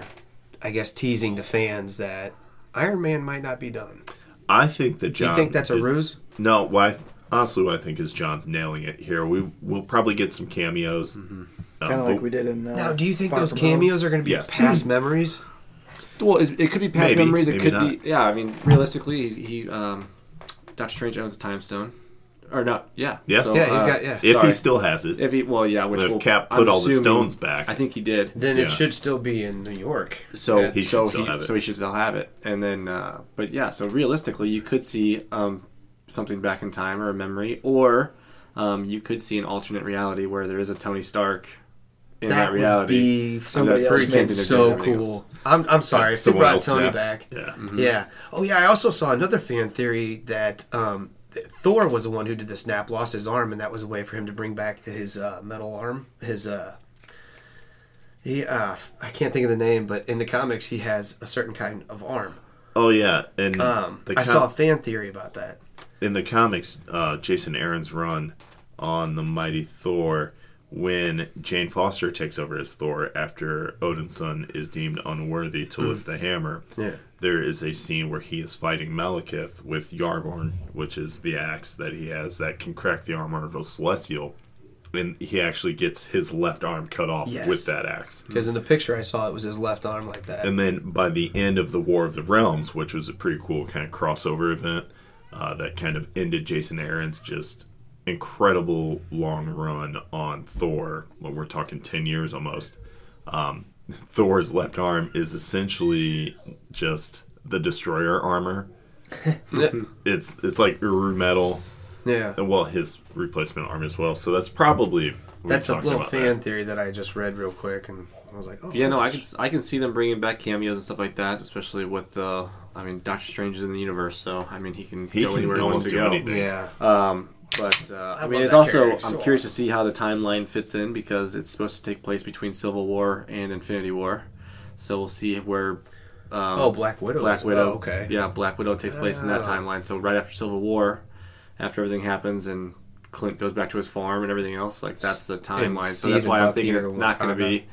Speaker 5: I guess teasing the fans that Iron Man might not be done?
Speaker 1: I think that
Speaker 5: Do
Speaker 1: John.
Speaker 5: you think that's a
Speaker 1: is-
Speaker 5: ruse?
Speaker 1: No, why? Honestly, what I think is John's nailing it here. We will probably get some cameos.
Speaker 5: Mm-hmm.
Speaker 1: Um,
Speaker 6: Kind of
Speaker 1: but-
Speaker 6: like we did in. Uh,
Speaker 5: Now, do you think
Speaker 6: Far
Speaker 5: those
Speaker 6: From Home.
Speaker 5: cameos are going to be
Speaker 1: Yes.
Speaker 5: past memories?
Speaker 7: Well, it, it could be past
Speaker 1: Maybe,
Speaker 7: memories. It
Speaker 1: maybe
Speaker 7: could
Speaker 1: not.
Speaker 7: be. Yeah, I mean, realistically, he, he um, Doctor Strange owns a time stone, or no? Yeah.
Speaker 1: Yeah.
Speaker 7: So,
Speaker 5: Yeah, he's
Speaker 7: uh,
Speaker 5: got yeah.
Speaker 1: If
Speaker 7: Sorry.
Speaker 1: he still has it,
Speaker 7: If he, well, yeah. Which
Speaker 1: if
Speaker 7: will,
Speaker 1: Cap
Speaker 7: I'm
Speaker 1: put all the
Speaker 7: assuming-
Speaker 1: stones back.
Speaker 7: I think he did.
Speaker 5: Then
Speaker 1: Yeah.
Speaker 5: it should still be in New York.
Speaker 7: So
Speaker 1: He should
Speaker 7: so
Speaker 1: still
Speaker 7: he
Speaker 1: have it.
Speaker 7: so he should still have it. And then, uh, but yeah, so realistically, you could see um, something back in time or a memory, or um, you could see an alternate reality where there is a Tony Stark in that, reality.
Speaker 5: would be
Speaker 6: Somebody
Speaker 5: something
Speaker 6: else
Speaker 5: freaking
Speaker 7: made it
Speaker 5: so
Speaker 7: everything else.
Speaker 5: cool. I'm, I'm sorry if they
Speaker 1: Someone
Speaker 5: brought
Speaker 1: else
Speaker 5: Tony
Speaker 1: snapped.
Speaker 5: back.
Speaker 1: Yeah.
Speaker 7: Mm-hmm.
Speaker 5: Yeah. Oh yeah. I also saw another fan theory that um, that Thor was the one who did the snap, lost his arm, and that was a way for him to bring back his uh, metal arm. His uh, he uh, f- I can't think of the name, but in the comics he has a certain kind of arm.
Speaker 1: Oh yeah, and
Speaker 5: Um,
Speaker 1: the com-
Speaker 5: I saw a fan theory about that.
Speaker 1: in the comics, uh, Jason Aaron's run on the Mighty Thor when Jane Foster takes over as Thor after Odin's son is deemed unworthy to lift the hammer.
Speaker 5: Hmm. Yeah.
Speaker 1: There is a scene where he is fighting Malekith with Yarborn, which is the axe that he has that can crack the armor of a celestial. And he actually gets his left arm cut off
Speaker 5: Yes.
Speaker 1: with that axe.
Speaker 5: Because in
Speaker 7: Hmm.
Speaker 5: the picture I saw, it was his left arm like that.
Speaker 1: And then by the end of the War of the Realms, which was a pretty cool kind of crossover event uh, that kind of ended Jason Aaron's just incredible long run on Thor. When we're talking ten years almost, um, Thor's left arm is essentially just the destroyer armor.
Speaker 5: Yeah.
Speaker 1: It's it's like Uru metal.
Speaker 5: yeah.
Speaker 1: and, Well, his replacement arm as well. So that's probably we're
Speaker 5: That's a
Speaker 1: talking
Speaker 5: little
Speaker 1: about
Speaker 5: fan
Speaker 1: that.
Speaker 5: theory that I just read real quick, and I was like, oh,
Speaker 7: Yeah, no, I
Speaker 5: that's
Speaker 7: can I can see them bringing back cameos and stuff like that, especially with uh, I mean, Doctor Strange is in the universe, so I mean, he can
Speaker 1: He
Speaker 7: go
Speaker 1: can
Speaker 7: anywhere he
Speaker 1: almost
Speaker 7: wants to
Speaker 1: do
Speaker 7: go.
Speaker 1: anything.
Speaker 5: Yeah.
Speaker 7: Um, but uh, I,
Speaker 5: love
Speaker 7: mean, it's
Speaker 5: that
Speaker 7: also I'm
Speaker 5: character so
Speaker 7: curious to see how the timeline fits in because it's supposed to take place between Civil War and Infinity War, so we'll see where. Um,
Speaker 5: Oh, Black Widow.
Speaker 7: Black
Speaker 5: as well,
Speaker 7: Widow.
Speaker 5: okay.
Speaker 7: Yeah, Black Widow takes place in that
Speaker 5: Oh.
Speaker 7: timeline. So right after Civil War, after everything happens and Clint goes back to his farm and everything else, like that's the timeline. So
Speaker 5: Steve
Speaker 7: that's
Speaker 5: and
Speaker 7: why I'm
Speaker 5: Bucky
Speaker 7: thinking
Speaker 5: are
Speaker 7: it's
Speaker 5: the
Speaker 7: not going to
Speaker 5: Wakanda.
Speaker 7: be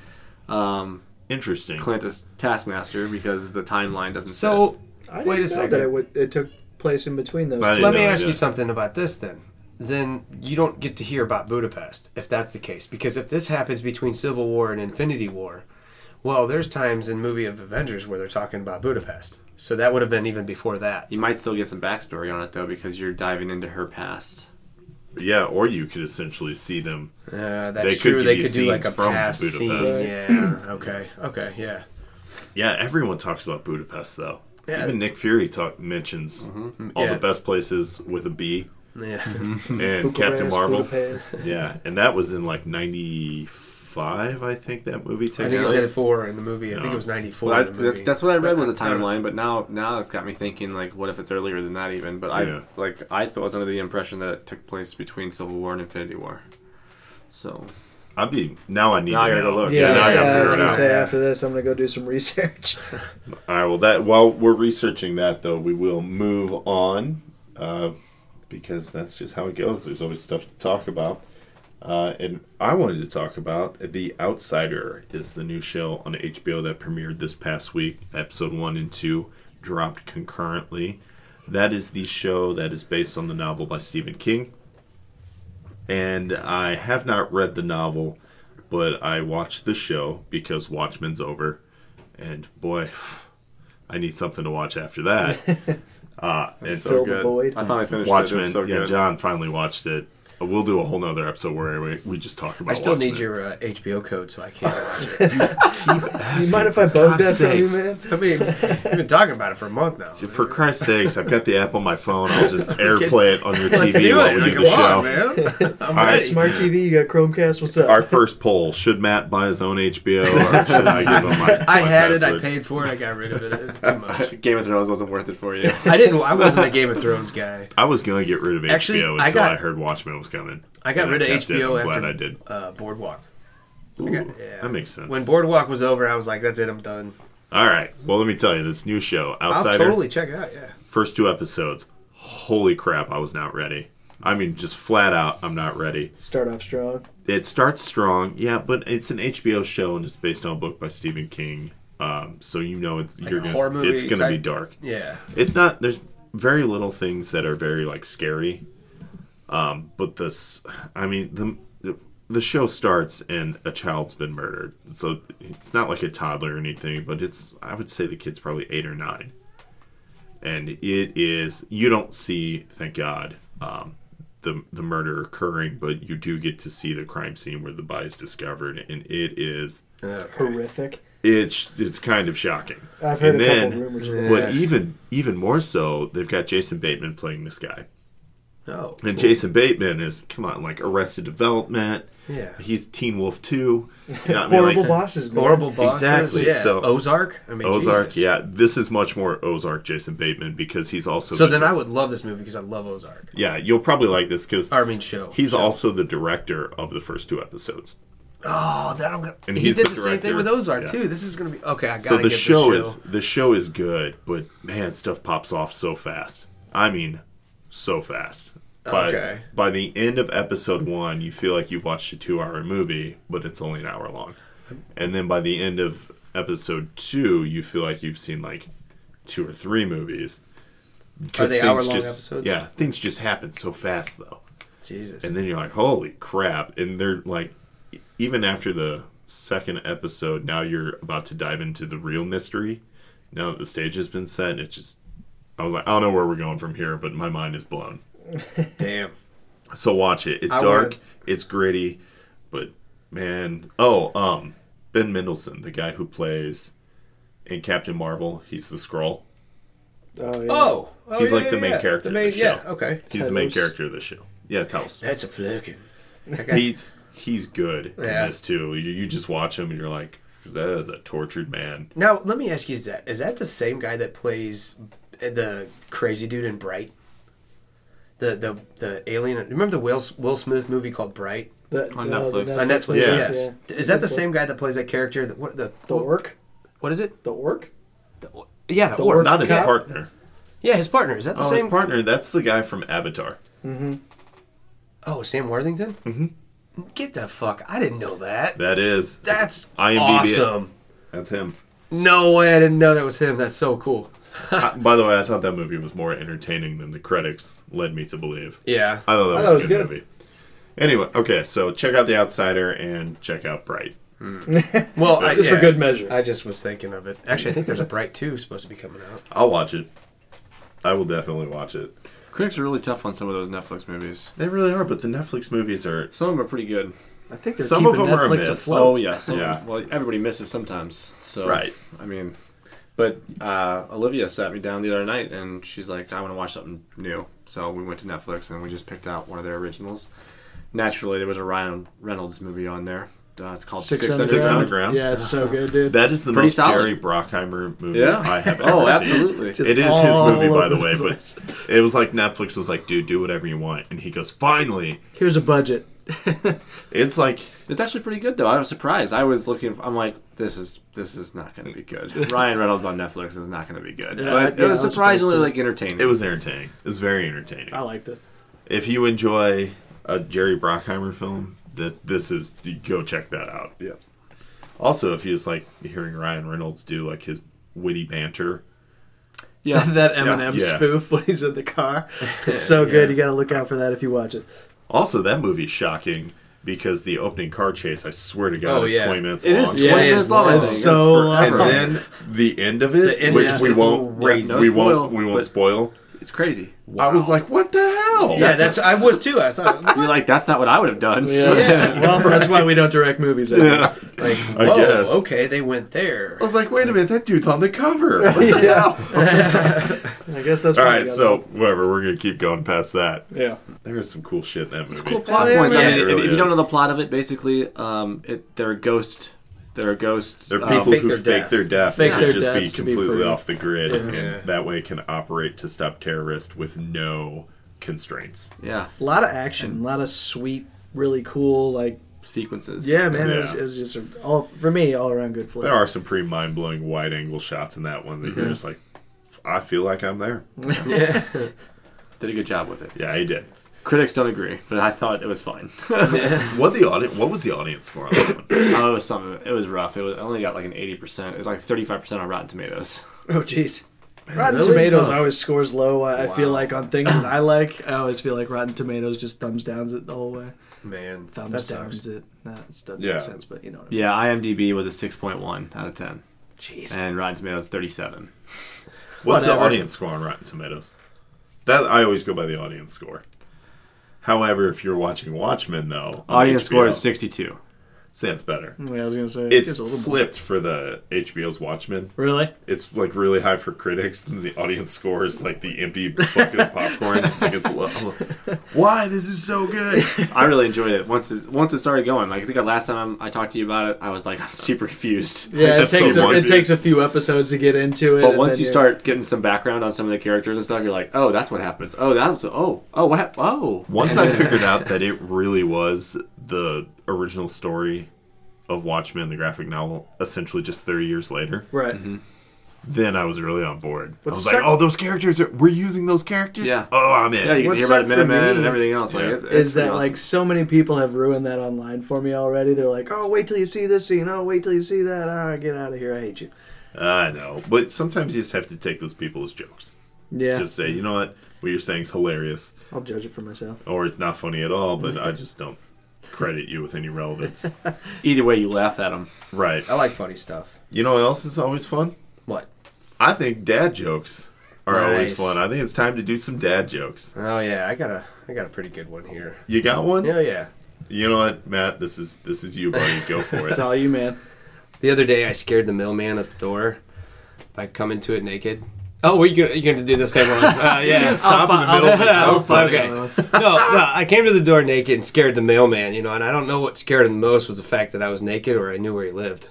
Speaker 7: um,
Speaker 1: Interesting.
Speaker 7: Clint as Taskmaster because the timeline doesn't.
Speaker 5: So
Speaker 6: I didn't
Speaker 5: Wait a
Speaker 6: know
Speaker 5: second.
Speaker 6: That it, would, it took place in between those.
Speaker 1: But-
Speaker 6: two.
Speaker 1: didn't
Speaker 5: let me
Speaker 1: know
Speaker 5: ask
Speaker 1: that.
Speaker 5: you something about this then. Then you don't get to hear about Budapest if that's the case, because if this happens between Civil War and Infinity War, well, there's times in movie of Avengers where they're talking about Budapest, so that would have been even before that.
Speaker 7: You might still get some backstory on it though because you're diving into her past.
Speaker 1: Yeah, or you could essentially see them.
Speaker 5: Uh, that's
Speaker 1: They could
Speaker 5: true.
Speaker 1: give
Speaker 5: They
Speaker 1: you
Speaker 5: could do like a
Speaker 1: scenes from
Speaker 5: past scene.
Speaker 1: Budapest.
Speaker 5: Yeah. Okay. Okay. Yeah.
Speaker 1: Yeah, everyone talks about Budapest though.
Speaker 5: Yeah.
Speaker 1: Even Nick Fury talk mentions
Speaker 7: Mm-hmm.
Speaker 1: all
Speaker 5: Yeah.
Speaker 1: the best places with a B
Speaker 5: Yeah.
Speaker 1: and
Speaker 6: Bucharest,
Speaker 1: Captain Marvel.
Speaker 6: Budapest.
Speaker 1: Yeah, and that was in like '95, I think that movie took
Speaker 5: I think it
Speaker 1: place.
Speaker 5: said four in the movie. I think it was ninety four.
Speaker 7: Well, I,
Speaker 5: in the movie.
Speaker 7: that's, that's what I read was a
Speaker 5: But I don't-
Speaker 7: timeline, but now now it's got me thinking like, what if it's earlier than that even? But I
Speaker 1: Yeah.
Speaker 7: like I thought- was under the impression that it took place between Civil War and Infinity War. So
Speaker 1: I'd be now. I need
Speaker 7: Now I
Speaker 1: to
Speaker 7: gotta go
Speaker 1: know.
Speaker 7: look.
Speaker 6: Yeah,
Speaker 1: Yeah, now I
Speaker 6: yeah,
Speaker 1: gotta
Speaker 6: I was
Speaker 1: figure it
Speaker 6: gonna
Speaker 1: out.
Speaker 6: say after this, I'm gonna go do some research.
Speaker 1: All right. Well, that while we're researching that though, we will move on uh, because that's just how it goes. There's always stuff to talk about. Uh, and I wanted to talk about The Outsider is the new show on HBO that premiered this past week. Episode one and two dropped concurrently. That is the show that is based on the novel by Stephen King. And I have not read the novel, but I watched the show because Watchmen's over. And boy, I need something to watch after that. uh, and
Speaker 6: Fill the void.
Speaker 7: I finally finished Watchmen. It.
Speaker 1: Watchmen.
Speaker 7: was so
Speaker 1: yeah,
Speaker 7: good.
Speaker 1: John finally watched it. Uh, We'll do a whole nother episode where we, we just talk about.
Speaker 5: I still
Speaker 1: Watchmen.
Speaker 5: need your uh, HBO code, so I can't
Speaker 1: Oh,
Speaker 5: watch it.
Speaker 6: you mind if I bug
Speaker 1: God's
Speaker 6: that for you,
Speaker 1: sakes.
Speaker 6: man?
Speaker 5: I mean, we've been talking about it for a month now.
Speaker 1: For Christ's sakes, I've got the app on my phone. I'll just AirPlay it on your
Speaker 5: Let's
Speaker 1: TV
Speaker 5: do
Speaker 1: while
Speaker 5: it.
Speaker 1: we
Speaker 5: Like,
Speaker 1: do the
Speaker 5: come
Speaker 1: show.
Speaker 5: on, man. I'm
Speaker 1: All right.
Speaker 5: ready.
Speaker 6: Smart TV, you got Chromecast. What's up?
Speaker 1: Our first poll: Should Matt buy his own HBO, or should I give him my?
Speaker 5: I
Speaker 1: my
Speaker 5: had it. I
Speaker 1: password?
Speaker 5: paid for it. I got rid of it. It's too much.
Speaker 7: Game of Thrones wasn't worth it for you.
Speaker 5: I didn't. I wasn't a Game of Thrones guy.
Speaker 1: I was going to get rid of
Speaker 5: Actually,
Speaker 1: HBO
Speaker 5: I
Speaker 1: until I,
Speaker 5: got-
Speaker 1: heard Watchmen was coming.
Speaker 5: I got
Speaker 1: And
Speaker 5: rid of
Speaker 1: kept it.
Speaker 5: HBO
Speaker 1: I'm
Speaker 5: after
Speaker 1: glad I did.
Speaker 5: Uh, Boardwalk.
Speaker 1: Ooh, That makes sense.
Speaker 5: When Boardwalk was over, I was like, "That's it. I'm done."
Speaker 1: All right. Well, let me tell you, this new show,
Speaker 5: I'll
Speaker 1: Outsider,
Speaker 5: Oh, totally check it out. Yeah.
Speaker 1: first two episodes. Holy crap! I was not ready. I mean, just flat out, I'm not ready.
Speaker 6: Start off strong.
Speaker 1: it starts strong, yeah, but it's an HBO show and it's based on a book by Stephen King. Um, so you know it's you're
Speaker 5: a
Speaker 1: gonna,
Speaker 5: horror movie
Speaker 1: it's going to be
Speaker 5: type?
Speaker 1: dark.
Speaker 5: Yeah.
Speaker 1: It's not there's very little things that are very like scary. Um, but this I mean the the show starts and a child's been murdered. So it's not like a toddler or anything, but it's I would say the kid's probably 8 or 9. And it is you don't see, thank God, um, the the murder occurring, but you do get to see the crime scene where the body is discovered, and it is
Speaker 6: Horrific.
Speaker 1: it's it's kind of shocking.
Speaker 6: I've heard
Speaker 1: and
Speaker 6: a
Speaker 1: then,
Speaker 6: couple rumors of that.
Speaker 1: But even even more so, they've got Jason Bateman playing this guy,
Speaker 5: Oh.
Speaker 1: and Jason Bateman is come on like Arrested Development.
Speaker 5: Yeah.
Speaker 1: he's Teen Wolf Two. You know what I mean?
Speaker 6: Horrible
Speaker 1: Like,
Speaker 6: bosses, man.
Speaker 5: Horrible bosses.
Speaker 1: Exactly,
Speaker 5: Yeah.
Speaker 1: so-
Speaker 5: Ozark. I mean,
Speaker 1: Ozark,
Speaker 5: Jesus.
Speaker 1: yeah, this is much more Ozark Jason Bateman because he's also
Speaker 5: So
Speaker 1: the-
Speaker 5: then I would love this movie because I love Ozark.
Speaker 1: yeah you'll probably like this because
Speaker 5: Or, I mean, show.
Speaker 1: he's also the director of the first two episodes.
Speaker 5: Oh, that I'm gonna.
Speaker 1: And
Speaker 5: he
Speaker 1: he's
Speaker 5: did
Speaker 1: the
Speaker 5: the, same
Speaker 1: director.
Speaker 5: thing with Ozark
Speaker 1: Yeah.
Speaker 5: too. This is gonna be okay. I gotta
Speaker 1: so the
Speaker 5: get
Speaker 1: show,
Speaker 5: this
Speaker 1: is the show is good, but man, stuff pops off so fast. I mean, so fast. By,
Speaker 5: Okay.
Speaker 1: By the end of episode one, you feel like you've watched a two-hour movie, but it's only an hour long. And then by the end of episode two, you feel like you've seen like two or three movies. 'Cause
Speaker 5: they
Speaker 1: things
Speaker 5: hour-long
Speaker 1: just-
Speaker 5: episodes?
Speaker 1: Yeah, things just happen so fast though
Speaker 5: Jesus.
Speaker 1: and then you're like, holy crap! And they're like, e- even after the second episode, now you're about to dive into the real mystery. Now that the stage has been set, it's just, I was like, I don't know where we're going from here, but my mind is blown.
Speaker 5: Damn.
Speaker 1: So watch it. It's
Speaker 5: I
Speaker 1: dark,
Speaker 5: wanna-
Speaker 1: it's gritty, but man, oh, um, Ben Mendelsohn, the guy who plays in Captain Marvel. He's the Skrull.
Speaker 6: Oh, yeah.
Speaker 5: Oh, oh,
Speaker 1: He's
Speaker 5: yeah,
Speaker 1: like the
Speaker 5: yeah,
Speaker 1: main
Speaker 5: yeah.
Speaker 1: character
Speaker 5: The
Speaker 1: of
Speaker 5: main,
Speaker 1: the
Speaker 5: yeah.
Speaker 1: show.
Speaker 5: Okay.
Speaker 1: He's the main
Speaker 6: Talos.
Speaker 1: character of the show. Yeah, Talos.
Speaker 5: That's a fluke.
Speaker 1: He's he's good
Speaker 5: Yeah.
Speaker 1: in this too. You, you just watch him and you're like, that is a tortured man.
Speaker 5: Now, let me ask you: Is that is that the same guy that plays the crazy dude in Bright? The the the alien. Remember the Will Will Smith movie called Bright
Speaker 6: That-
Speaker 7: On
Speaker 6: no, the
Speaker 7: Netflix.
Speaker 5: on Netflix?
Speaker 1: Yeah.
Speaker 5: Yes. Is that the same guy that plays that character? The, what the,
Speaker 6: The orc?
Speaker 5: what is it?
Speaker 6: The orc?
Speaker 5: Yeah, the,
Speaker 6: The
Speaker 5: orc.
Speaker 6: orc.
Speaker 1: Not his
Speaker 6: Cap-
Speaker 1: partner.
Speaker 5: Yeah, his partner. Is that the
Speaker 1: Oh,
Speaker 5: same?
Speaker 1: his partner. That's the guy from Avatar.
Speaker 5: oh, Sam Worthington. Mm-hmm. Get the fuck! I didn't know that.
Speaker 1: That is.
Speaker 5: That's
Speaker 1: IMDb.
Speaker 5: awesome.
Speaker 1: That's him.
Speaker 5: No way! I didn't know that was him. That's so cool.
Speaker 1: I- by the way, I thought that movie was more entertaining than the critics led me to believe.
Speaker 5: Yeah.
Speaker 1: I thought that
Speaker 6: I
Speaker 1: was
Speaker 6: thought
Speaker 1: a
Speaker 6: it was
Speaker 1: good,
Speaker 6: good.
Speaker 1: movie. Anyway, okay, so check out The Outsider and check out Bright.
Speaker 5: Well, I,
Speaker 6: Just
Speaker 5: yeah.
Speaker 6: for good measure.
Speaker 5: I just was thinking of it. Actually, I think there's a Bright Two supposed to be coming out.
Speaker 1: I'll watch it. I will definitely watch it.
Speaker 7: Critics are really tough on some of those Netflix movies.
Speaker 1: They really are, but the Netflix movies are.
Speaker 7: Some of them are pretty good. I think
Speaker 1: they're Some of keeping them are a Netflix miss. afloat.
Speaker 7: Oh yeah, some
Speaker 1: Yeah.
Speaker 7: Well, everybody misses sometimes. So
Speaker 1: Right.
Speaker 7: I mean, but uh, Olivia sat me down the other night and she's like, "I want to watch something new." So we went to Netflix and we just picked out one of their originals. Naturally, there was a Ryan Reynolds movie on there. Uh, it's called Six,
Speaker 6: Underground.
Speaker 1: Six
Speaker 7: Underground.
Speaker 1: Underground.
Speaker 6: Yeah, it's so good, dude.
Speaker 1: That is the
Speaker 7: Pretty
Speaker 1: most
Speaker 7: solid.
Speaker 1: Jerry Brockheimer movie
Speaker 7: Yeah.
Speaker 1: I have ever
Speaker 7: Oh,
Speaker 1: seen.
Speaker 7: absolutely.
Speaker 1: It is his
Speaker 6: all
Speaker 1: movie, by
Speaker 6: over
Speaker 1: the way,
Speaker 6: the
Speaker 1: but it was like Netflix was like, dude, do whatever you want. And he goes, finally.
Speaker 6: Here's a budget.
Speaker 1: It's like,
Speaker 7: It's actually pretty good though. I was surprised. I was looking. I'm like, this is this is not going to be good. Ryan Reynolds on Netflix is not going to be good.
Speaker 6: Yeah,
Speaker 7: but
Speaker 6: yeah,
Speaker 7: it
Speaker 6: I was
Speaker 7: was
Speaker 6: surprised,
Speaker 7: surprisingly
Speaker 6: too.
Speaker 7: like entertaining.
Speaker 1: it was entertaining. It was very entertaining.
Speaker 6: I liked it.
Speaker 1: If you enjoy a Jerry Brockheimer film, that this is, go check that out. Yeah. Also, if you just like hearing Ryan Reynolds do like his witty banter,
Speaker 7: yeah.
Speaker 6: that Eminem
Speaker 1: yeah.
Speaker 6: spoof when he's in the car. It's so good. You got to look out for that if you watch it.
Speaker 1: Also, that movie's shocking because the opening car chase, I swear to God,
Speaker 5: Oh,
Speaker 1: is
Speaker 5: yeah.
Speaker 1: 20 minutes
Speaker 7: It
Speaker 1: long.
Speaker 7: is 20 minutes long.
Speaker 6: long.
Speaker 7: I
Speaker 6: It's
Speaker 7: think.
Speaker 6: so
Speaker 7: It's forever.
Speaker 1: And then the end of it,
Speaker 5: The end
Speaker 1: which
Speaker 5: is
Speaker 1: we won't,
Speaker 5: crazy.
Speaker 1: we
Speaker 7: No
Speaker 1: won't,
Speaker 7: spoil,
Speaker 1: we won't
Speaker 7: but-
Speaker 1: spoil.
Speaker 7: it's crazy.
Speaker 1: I was like, what the hell?
Speaker 5: Yeah, that's I was too. I saw. oh,
Speaker 7: You're like, that's not what I would have done.
Speaker 5: Yeah.
Speaker 6: Well, that's why we don't direct movies. I think.
Speaker 5: Like,
Speaker 1: I
Speaker 5: whoa,
Speaker 1: guess.
Speaker 5: okay, they went there.
Speaker 1: I was like, wait a minute, that dude's on the cover. What the hell?
Speaker 6: I guess that's
Speaker 1: All
Speaker 6: why we
Speaker 1: right,
Speaker 6: got
Speaker 1: so whatever, we're gonna keep going past that.
Speaker 6: that. yeah,
Speaker 1: There is some cool shit in that movie.
Speaker 7: cool plot points. I
Speaker 5: yeah, it
Speaker 7: mean, if- if
Speaker 1: really
Speaker 7: you don't
Speaker 1: is.
Speaker 7: know the plot of it, basically, um, it they're a ghost. They're a ghost.
Speaker 1: They're
Speaker 7: uh,
Speaker 1: people
Speaker 5: fake
Speaker 1: who
Speaker 5: their
Speaker 1: fake
Speaker 5: death.
Speaker 1: their death
Speaker 6: Fake
Speaker 1: to
Speaker 6: their
Speaker 1: just be
Speaker 6: deaths to be
Speaker 1: completely
Speaker 6: free.
Speaker 1: off the grid, and that way can operate to stop terrorists with no constraints.
Speaker 7: yeah,
Speaker 6: a lot of action, a lot of sweet, really cool. Like,
Speaker 7: sequences.
Speaker 6: yeah, man, It, was,
Speaker 1: Yeah.
Speaker 6: it was just a, all for me all around good flick.
Speaker 1: There are some pretty mind blowing wide angle shots in that one that you're just like, I feel like I'm there.
Speaker 7: did a good job with it.
Speaker 1: Yeah, he did.
Speaker 7: Critics don't agree, but I thought it was fine.
Speaker 1: What the audience? What was the audience score on that one?
Speaker 7: oh, it was something. It was rough. It was I only got like an eighty percent. It was like thirty five percent on Rotten Tomatoes.
Speaker 6: Oh, jeez. Rotten
Speaker 1: really
Speaker 6: Tomatoes
Speaker 1: tough.
Speaker 6: always scores low. I, I feel like on things that I like, I always feel like Rotten Tomatoes just thumbs downs it the whole way.
Speaker 5: Man, that
Speaker 6: Thumbs
Speaker 5: sucks.
Speaker 6: downs it. Nah, it doesn't
Speaker 1: Yeah.
Speaker 6: make sense, but you know what I mean.
Speaker 7: Yeah, IMDb was a six point one out of ten,
Speaker 6: Jeez.
Speaker 7: and Rotten Tomatoes thirty seven.
Speaker 1: What's the
Speaker 6: Whatever.
Speaker 1: audience score on Rotten Tomatoes? That I always go by the audience score. However, if you're watching Watchmen, though, on
Speaker 7: Audience score
Speaker 1: HBO,
Speaker 7: is Hmm. sixty two.
Speaker 1: say it's better.
Speaker 6: Yeah, I was gonna say
Speaker 1: It's
Speaker 6: gives a little more.
Speaker 1: flipped for the HBO's Watchmen.
Speaker 6: really.
Speaker 1: It's like really high for critics, and the audience score is like the empty bucket of popcorn. like it's low. Why this is so good?
Speaker 7: I really enjoyed it once it once it started going. Like I think the last time I talked to you about it, I was like I'm super confused.
Speaker 6: Yeah, it
Speaker 1: That's
Speaker 6: takes
Speaker 1: so
Speaker 6: a,
Speaker 1: one
Speaker 6: it
Speaker 1: view.
Speaker 6: takes a few episodes to get into it.
Speaker 7: But
Speaker 6: and
Speaker 7: once
Speaker 6: then
Speaker 7: you
Speaker 6: you're-
Speaker 7: start getting some background on some of the characters and stuff, you're like, oh, that's what happens. Oh, that was oh oh what hap- oh.
Speaker 1: Once I figured out that it really was the original story of Watchmen, the graphic novel, essentially just 30 years later,
Speaker 6: right,
Speaker 7: Mhm.
Speaker 1: then I was really on board.
Speaker 6: What
Speaker 1: I was
Speaker 6: suck-
Speaker 1: like, oh, those characters are, we're using those characters?
Speaker 7: Yeah.
Speaker 1: Oh, I'm in.
Speaker 7: Yeah, you can
Speaker 6: What's
Speaker 7: hear about
Speaker 6: up
Speaker 7: a
Speaker 6: for
Speaker 7: Minuteman and
Speaker 6: me
Speaker 7: everything else. Like,
Speaker 1: Yeah.
Speaker 7: it, it's
Speaker 6: is that
Speaker 7: pretty
Speaker 6: like
Speaker 7: awesome.
Speaker 6: so many people have ruined that online for me already? They're like, oh, wait till you see this scene. Oh, wait till you see that. Ah, get out of here. I hate you.
Speaker 1: I know. But sometimes you just have to take those people as jokes.
Speaker 6: Yeah,
Speaker 1: Just say, you know what? What you're saying is hilarious,
Speaker 6: I'll judge it for myself.
Speaker 1: or it's not funny at all, but I just don't credit you with any relevance.
Speaker 7: either way you laugh at them?
Speaker 1: right.
Speaker 5: I like funny stuff.
Speaker 1: You know what else is always fun?
Speaker 5: What?
Speaker 1: I think dad jokes are always
Speaker 5: Nice.
Speaker 1: fun. I think it's time to do some dad jokes.
Speaker 5: Oh yeah, I got a I got a pretty good one here. Oh,
Speaker 1: You got one?
Speaker 5: Yeah, yeah.
Speaker 1: You know what, Matt? This is this is you, buddy. Go for it.
Speaker 6: It's all Oh, you, man.
Speaker 5: The other day, I scared the mailman at the door by coming to it naked. Oh, were you gonna, you're going to do the same one? Uh, yeah.
Speaker 1: Stop in the middle of the joke, buddy.
Speaker 5: okay. no, no, I came to the door naked and scared the mailman, you know, and I don't know what scared him the most was the fact that I was naked or I knew where he lived.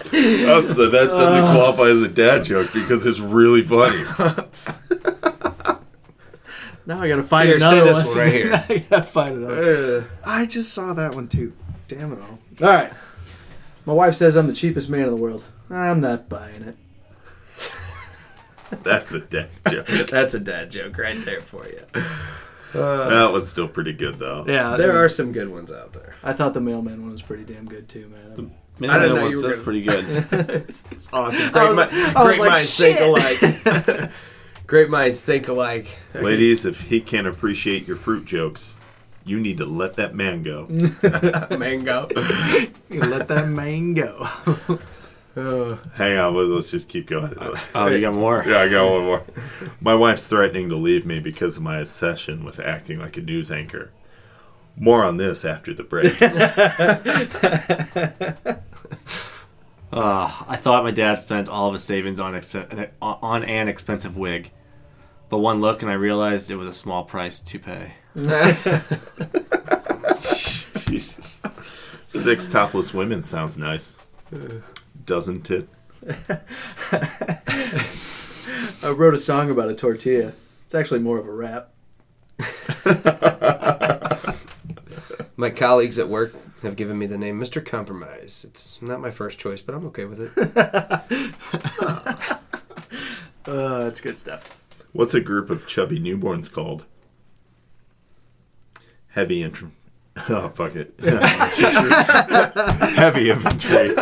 Speaker 1: That's- that doesn't qualify as a dad joke because it's really funny.
Speaker 6: Now I gotta find
Speaker 5: Here, say
Speaker 6: another
Speaker 5: this
Speaker 6: one.
Speaker 5: one right here.
Speaker 6: I gotta find another.
Speaker 5: Uh,
Speaker 6: I just saw that one too. Damn it all. All right. My wife says I'm the cheapest man in the world. I'm not buying it.
Speaker 1: That's a dad joke.
Speaker 5: That's a dad joke right there for you.
Speaker 1: That was still pretty good though.
Speaker 7: Yeah,
Speaker 5: There are some good ones out there.
Speaker 6: I thought the mailman one was pretty damn good too, man.
Speaker 7: Man,
Speaker 5: I didn't know
Speaker 7: that
Speaker 5: you
Speaker 7: was-
Speaker 5: were
Speaker 7: that's pretty good.
Speaker 5: It's awesome. Great, mi- great
Speaker 6: like,
Speaker 5: minds think alike. great minds think alike.
Speaker 1: Ladies, if he can't appreciate your fruit jokes, you need to let that man go.
Speaker 5: Mango.
Speaker 6: You Let that man go.
Speaker 1: Hang on, let- let's just keep going.
Speaker 7: Oh, you got more.
Speaker 1: Yeah, I got one more. My wife's threatening to leave me because of my obsession with acting like a news anchor. More on this after the break.
Speaker 7: I thought my dad spent all of his savings on expen- on an expensive wig, but one look and I realized it was a small price to pay. Jesus.
Speaker 1: Six topless women sounds nice. Doesn't it?
Speaker 6: I wrote a song about a tortilla. It's actually more of a rap.
Speaker 5: My colleagues at work have given me the name Mr. Compromise. It's not my first choice, but I'm okay with it.
Speaker 6: Uh, it's good stuff.
Speaker 1: What's a group of chubby newborns called? Heavy infantry. Oh, fuck it. Heavy infantry.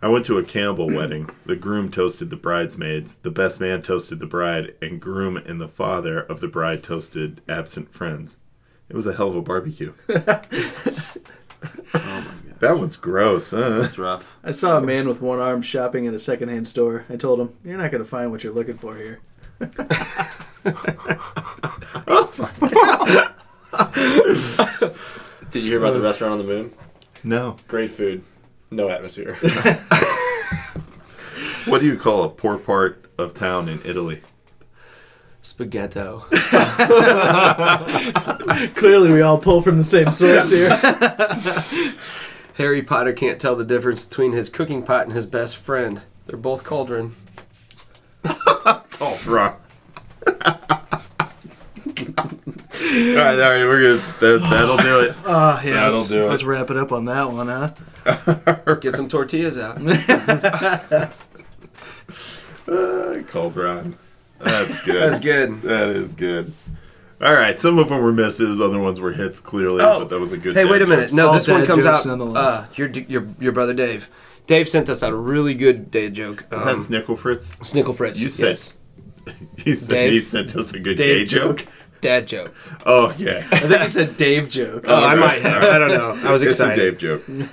Speaker 1: I went to a Campbell wedding. The groom toasted the bridesmaids, the best man toasted the bride, and groom and the father of the bride toasted absent friends. It was a hell of a barbecue. That one's gross. Huh?
Speaker 7: That's rough.
Speaker 6: I saw a man with one arm shopping at a secondhand store. I told him, "You're not gonna find what you're looking for here."
Speaker 7: Did you hear about the restaurant on the moon?
Speaker 1: No.
Speaker 7: Great food, no atmosphere.
Speaker 1: What do you call a poor part of town in Italy?
Speaker 5: Spaghetto.
Speaker 6: Clearly, we all pull from the same source here.
Speaker 5: Harry Potter can't tell the difference between his cooking pot and his best friend. They're both cauldron.
Speaker 1: Oh, wrong. all right, all right, we're good. That, that'll do it.
Speaker 6: Ah, yeah.
Speaker 1: That'll
Speaker 6: let's,
Speaker 1: do it.
Speaker 6: let's wrap it up on that one, huh?
Speaker 5: Get some tortillas out.
Speaker 1: Uh, Cobra. That's good.
Speaker 5: That's good.
Speaker 1: That is good. All right, some of them were misses, other ones were hits, clearly, but that was a good
Speaker 5: Oh, Hey,
Speaker 1: dad
Speaker 5: wait a minute.
Speaker 1: joke.
Speaker 5: No,
Speaker 6: All
Speaker 5: this one
Speaker 6: dad
Speaker 5: comes
Speaker 6: jokes
Speaker 5: out.
Speaker 6: nonetheless.
Speaker 5: Uh, your, your your brother Dave. Dave sent us out a really good dad joke.
Speaker 1: Is
Speaker 5: Um,
Speaker 1: that Snickle Fritz?
Speaker 5: Snickle Fritz.
Speaker 1: You said,
Speaker 5: yes.
Speaker 1: he, said
Speaker 5: Dave-
Speaker 1: he sent us a good gay joke.
Speaker 5: dad joke.
Speaker 1: Oh, okay.
Speaker 6: I think he said Dave joke.
Speaker 5: Oh, I might have. I don't know. I was
Speaker 1: It's a Dave
Speaker 5: excited.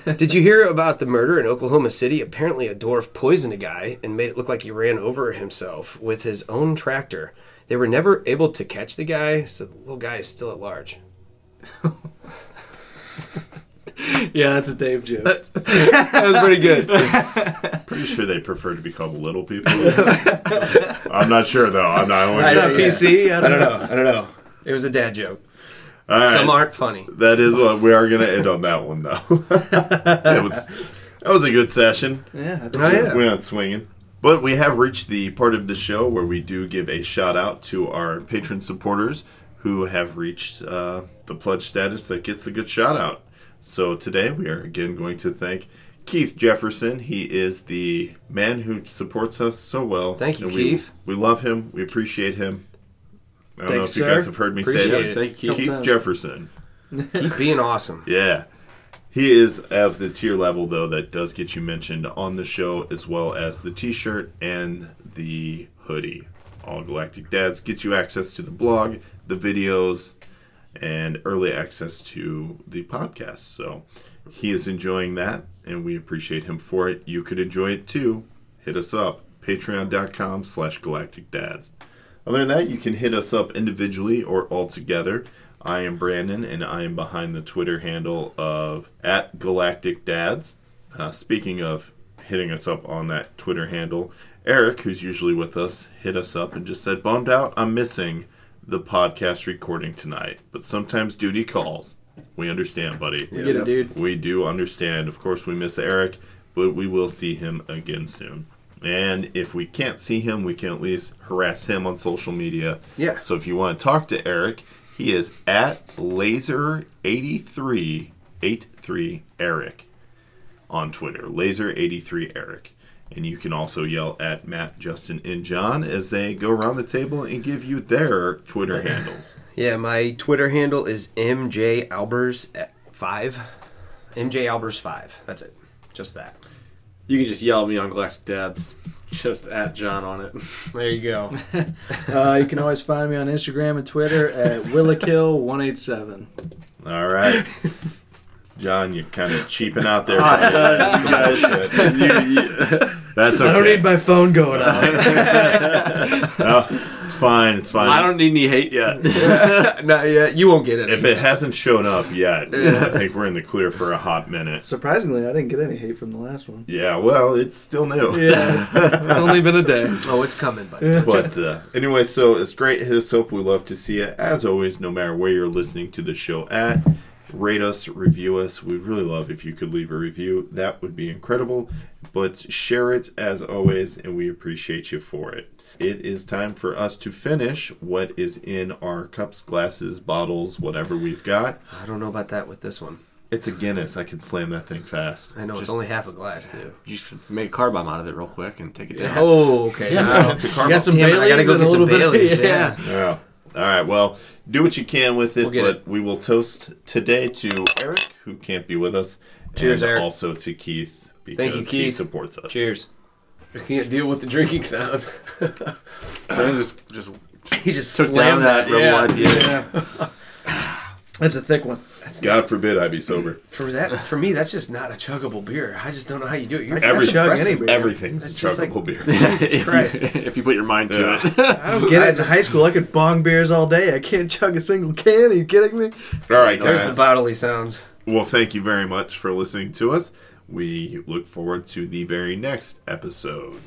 Speaker 1: joke.
Speaker 5: Did you hear about the murder in Oklahoma City? Apparently, a dwarf poisoned a guy and made it look like he ran over himself with his own tractor. They were never able to catch the guy, so the little guy is still at large.
Speaker 6: Yeah, that's a Dave joke.
Speaker 5: That was pretty good.
Speaker 1: Pretty sure they prefer to be called little people. I'm not sure, though. I'm not always
Speaker 5: I
Speaker 6: It's
Speaker 5: know,
Speaker 6: not PC. I
Speaker 5: I
Speaker 6: don't
Speaker 5: don't
Speaker 6: know.
Speaker 5: know. I don't know. It was a dad joke.
Speaker 1: All right.
Speaker 5: Some aren't funny.
Speaker 1: That is what we are going to end on that one, though. that was that was a good session.
Speaker 6: Yeah, I think
Speaker 5: Oh, yeah.
Speaker 1: We're not swinging, but we have reached the part of the show where we do give a shout out to our patron supporters who have reached uh, the pledge status that gets a good shout out. So today we are again going to thank. Keith Jefferson, he is the man who supports us so well.
Speaker 5: Thank you,
Speaker 1: And we-
Speaker 5: Keith.
Speaker 1: We love him. We appreciate him. I don't know if
Speaker 6: Thanks,
Speaker 1: you
Speaker 6: sir.
Speaker 1: guys have heard me say
Speaker 5: Appreciate
Speaker 1: that.
Speaker 5: it.
Speaker 7: Thank you.
Speaker 1: Keith
Speaker 6: Sometimes.
Speaker 1: Jefferson.
Speaker 5: Keep being awesome.
Speaker 1: Yeah. He is of the tier level, though, that does get you mentioned on the show, as well as the t shirt and the hoodie. All Galactic Dads gets you access to the blog, the videos, and early access to the podcast. So he is enjoying that, and we appreciate him for it. You could enjoy it too. Hit us up, patreon.com slash galactic dads. Other than that, you can hit us up individually or all together. I am Brandon, and I am behind the Twitter handle of at Galactic Dads. Uh, speaking of hitting us up on that Twitter handle, Eric, who's usually with us, hit us up and just said, "Bummed out, I'm missing the podcast recording tonight, but sometimes duty calls. We understand, buddy.
Speaker 6: We get it, dude.
Speaker 1: We do understand. Of course, we miss Eric, but we will see him again soon. And if we can't see him, we can at least harass him on social media.
Speaker 5: Yeah.
Speaker 1: So if you want to talk to Eric, he is at laser8383eric on Twitter, laser83eric. And you can also yell at Matt, Justin, and John as they go around the table and give you their Twitter handles.
Speaker 5: Yeah, my Twitter handle is MJ Albers at five. MJ Albers five. That's it. Just that.
Speaker 7: You can just yell at me on Galactic Dads. Just at John on it.
Speaker 5: There you go.
Speaker 6: Uh, you can always find me on Instagram and Twitter at Willakill187.
Speaker 1: All right. John, you're kind of cheaping out there.
Speaker 6: uh,
Speaker 1: That's okay.
Speaker 6: I don't need my phone going off.
Speaker 1: No, it's fine. It's fine.
Speaker 7: I don't need any hate yet.
Speaker 5: no, yeah, you won't get it.
Speaker 1: if it hasn't shown up yet, I think we're in the clear for a hot minute.
Speaker 6: Surprisingly, I didn't get any hate from the last one.
Speaker 1: Yeah, well, it's still new.
Speaker 6: Yeah, it's, it's only been a day.
Speaker 5: oh, it's coming, buddy.
Speaker 1: But uh, anyway, so it's great. Hit us up. We love to see it. As always, no matter where you're listening to the show at, rate us, review us. We'd really love if you could leave a review. That would be incredible. But share it as always, and we appreciate you for it. It is time for us to finish what is in our cups, glasses, bottles, whatever we've got.
Speaker 5: I don't know about that with this one.
Speaker 1: It's a Guinness. I could slam that thing fast.
Speaker 5: I know it's only half a glass too.
Speaker 7: You should make a car bomb out of it real quick and take it down.
Speaker 5: Oh, okay.
Speaker 1: Yeah, it's a
Speaker 6: You
Speaker 1: caramel.
Speaker 6: got some
Speaker 5: Damn it,
Speaker 6: Baileys
Speaker 5: I gotta go
Speaker 6: and a
Speaker 5: get some
Speaker 6: little bit of-
Speaker 5: Baileys. yeah.
Speaker 1: Yeah. All right. Well, do what you can with it,
Speaker 5: We'll get
Speaker 1: but
Speaker 5: it.
Speaker 1: we will toast today to Eric, who can't be with us,
Speaker 5: Cheers,
Speaker 1: and
Speaker 5: Eric.
Speaker 1: also to Keith because
Speaker 5: Thank you,
Speaker 1: he
Speaker 5: Keith.
Speaker 1: supports us.
Speaker 5: Cheers. I can't deal with the drinking sounds.
Speaker 7: Brandon just just
Speaker 5: he just
Speaker 7: took down
Speaker 5: slammed
Speaker 7: that
Speaker 5: that.
Speaker 7: rebel IPA.
Speaker 6: Yeah. That's a thick one.
Speaker 1: God forbid I be sober.
Speaker 5: For that, for me, that's just not a chuggable beer. I just don't know how you do it. You're
Speaker 1: Every-
Speaker 5: that's impressive.
Speaker 6: Chug any beer.
Speaker 1: Everything's a
Speaker 5: It's just
Speaker 1: chuggable beer.
Speaker 7: if, you-
Speaker 5: Christ.
Speaker 7: if You, put your mind to
Speaker 1: Yeah.
Speaker 7: it.
Speaker 6: I don't get
Speaker 5: I
Speaker 6: it.
Speaker 5: just-
Speaker 6: In high school, I could bong beers all day. I can't chug a single can. Are you kidding me?
Speaker 1: All right,
Speaker 5: There's
Speaker 1: guys.
Speaker 5: the bodily sounds.
Speaker 1: Well, thank you very much for listening to us. We look forward to the very next episode.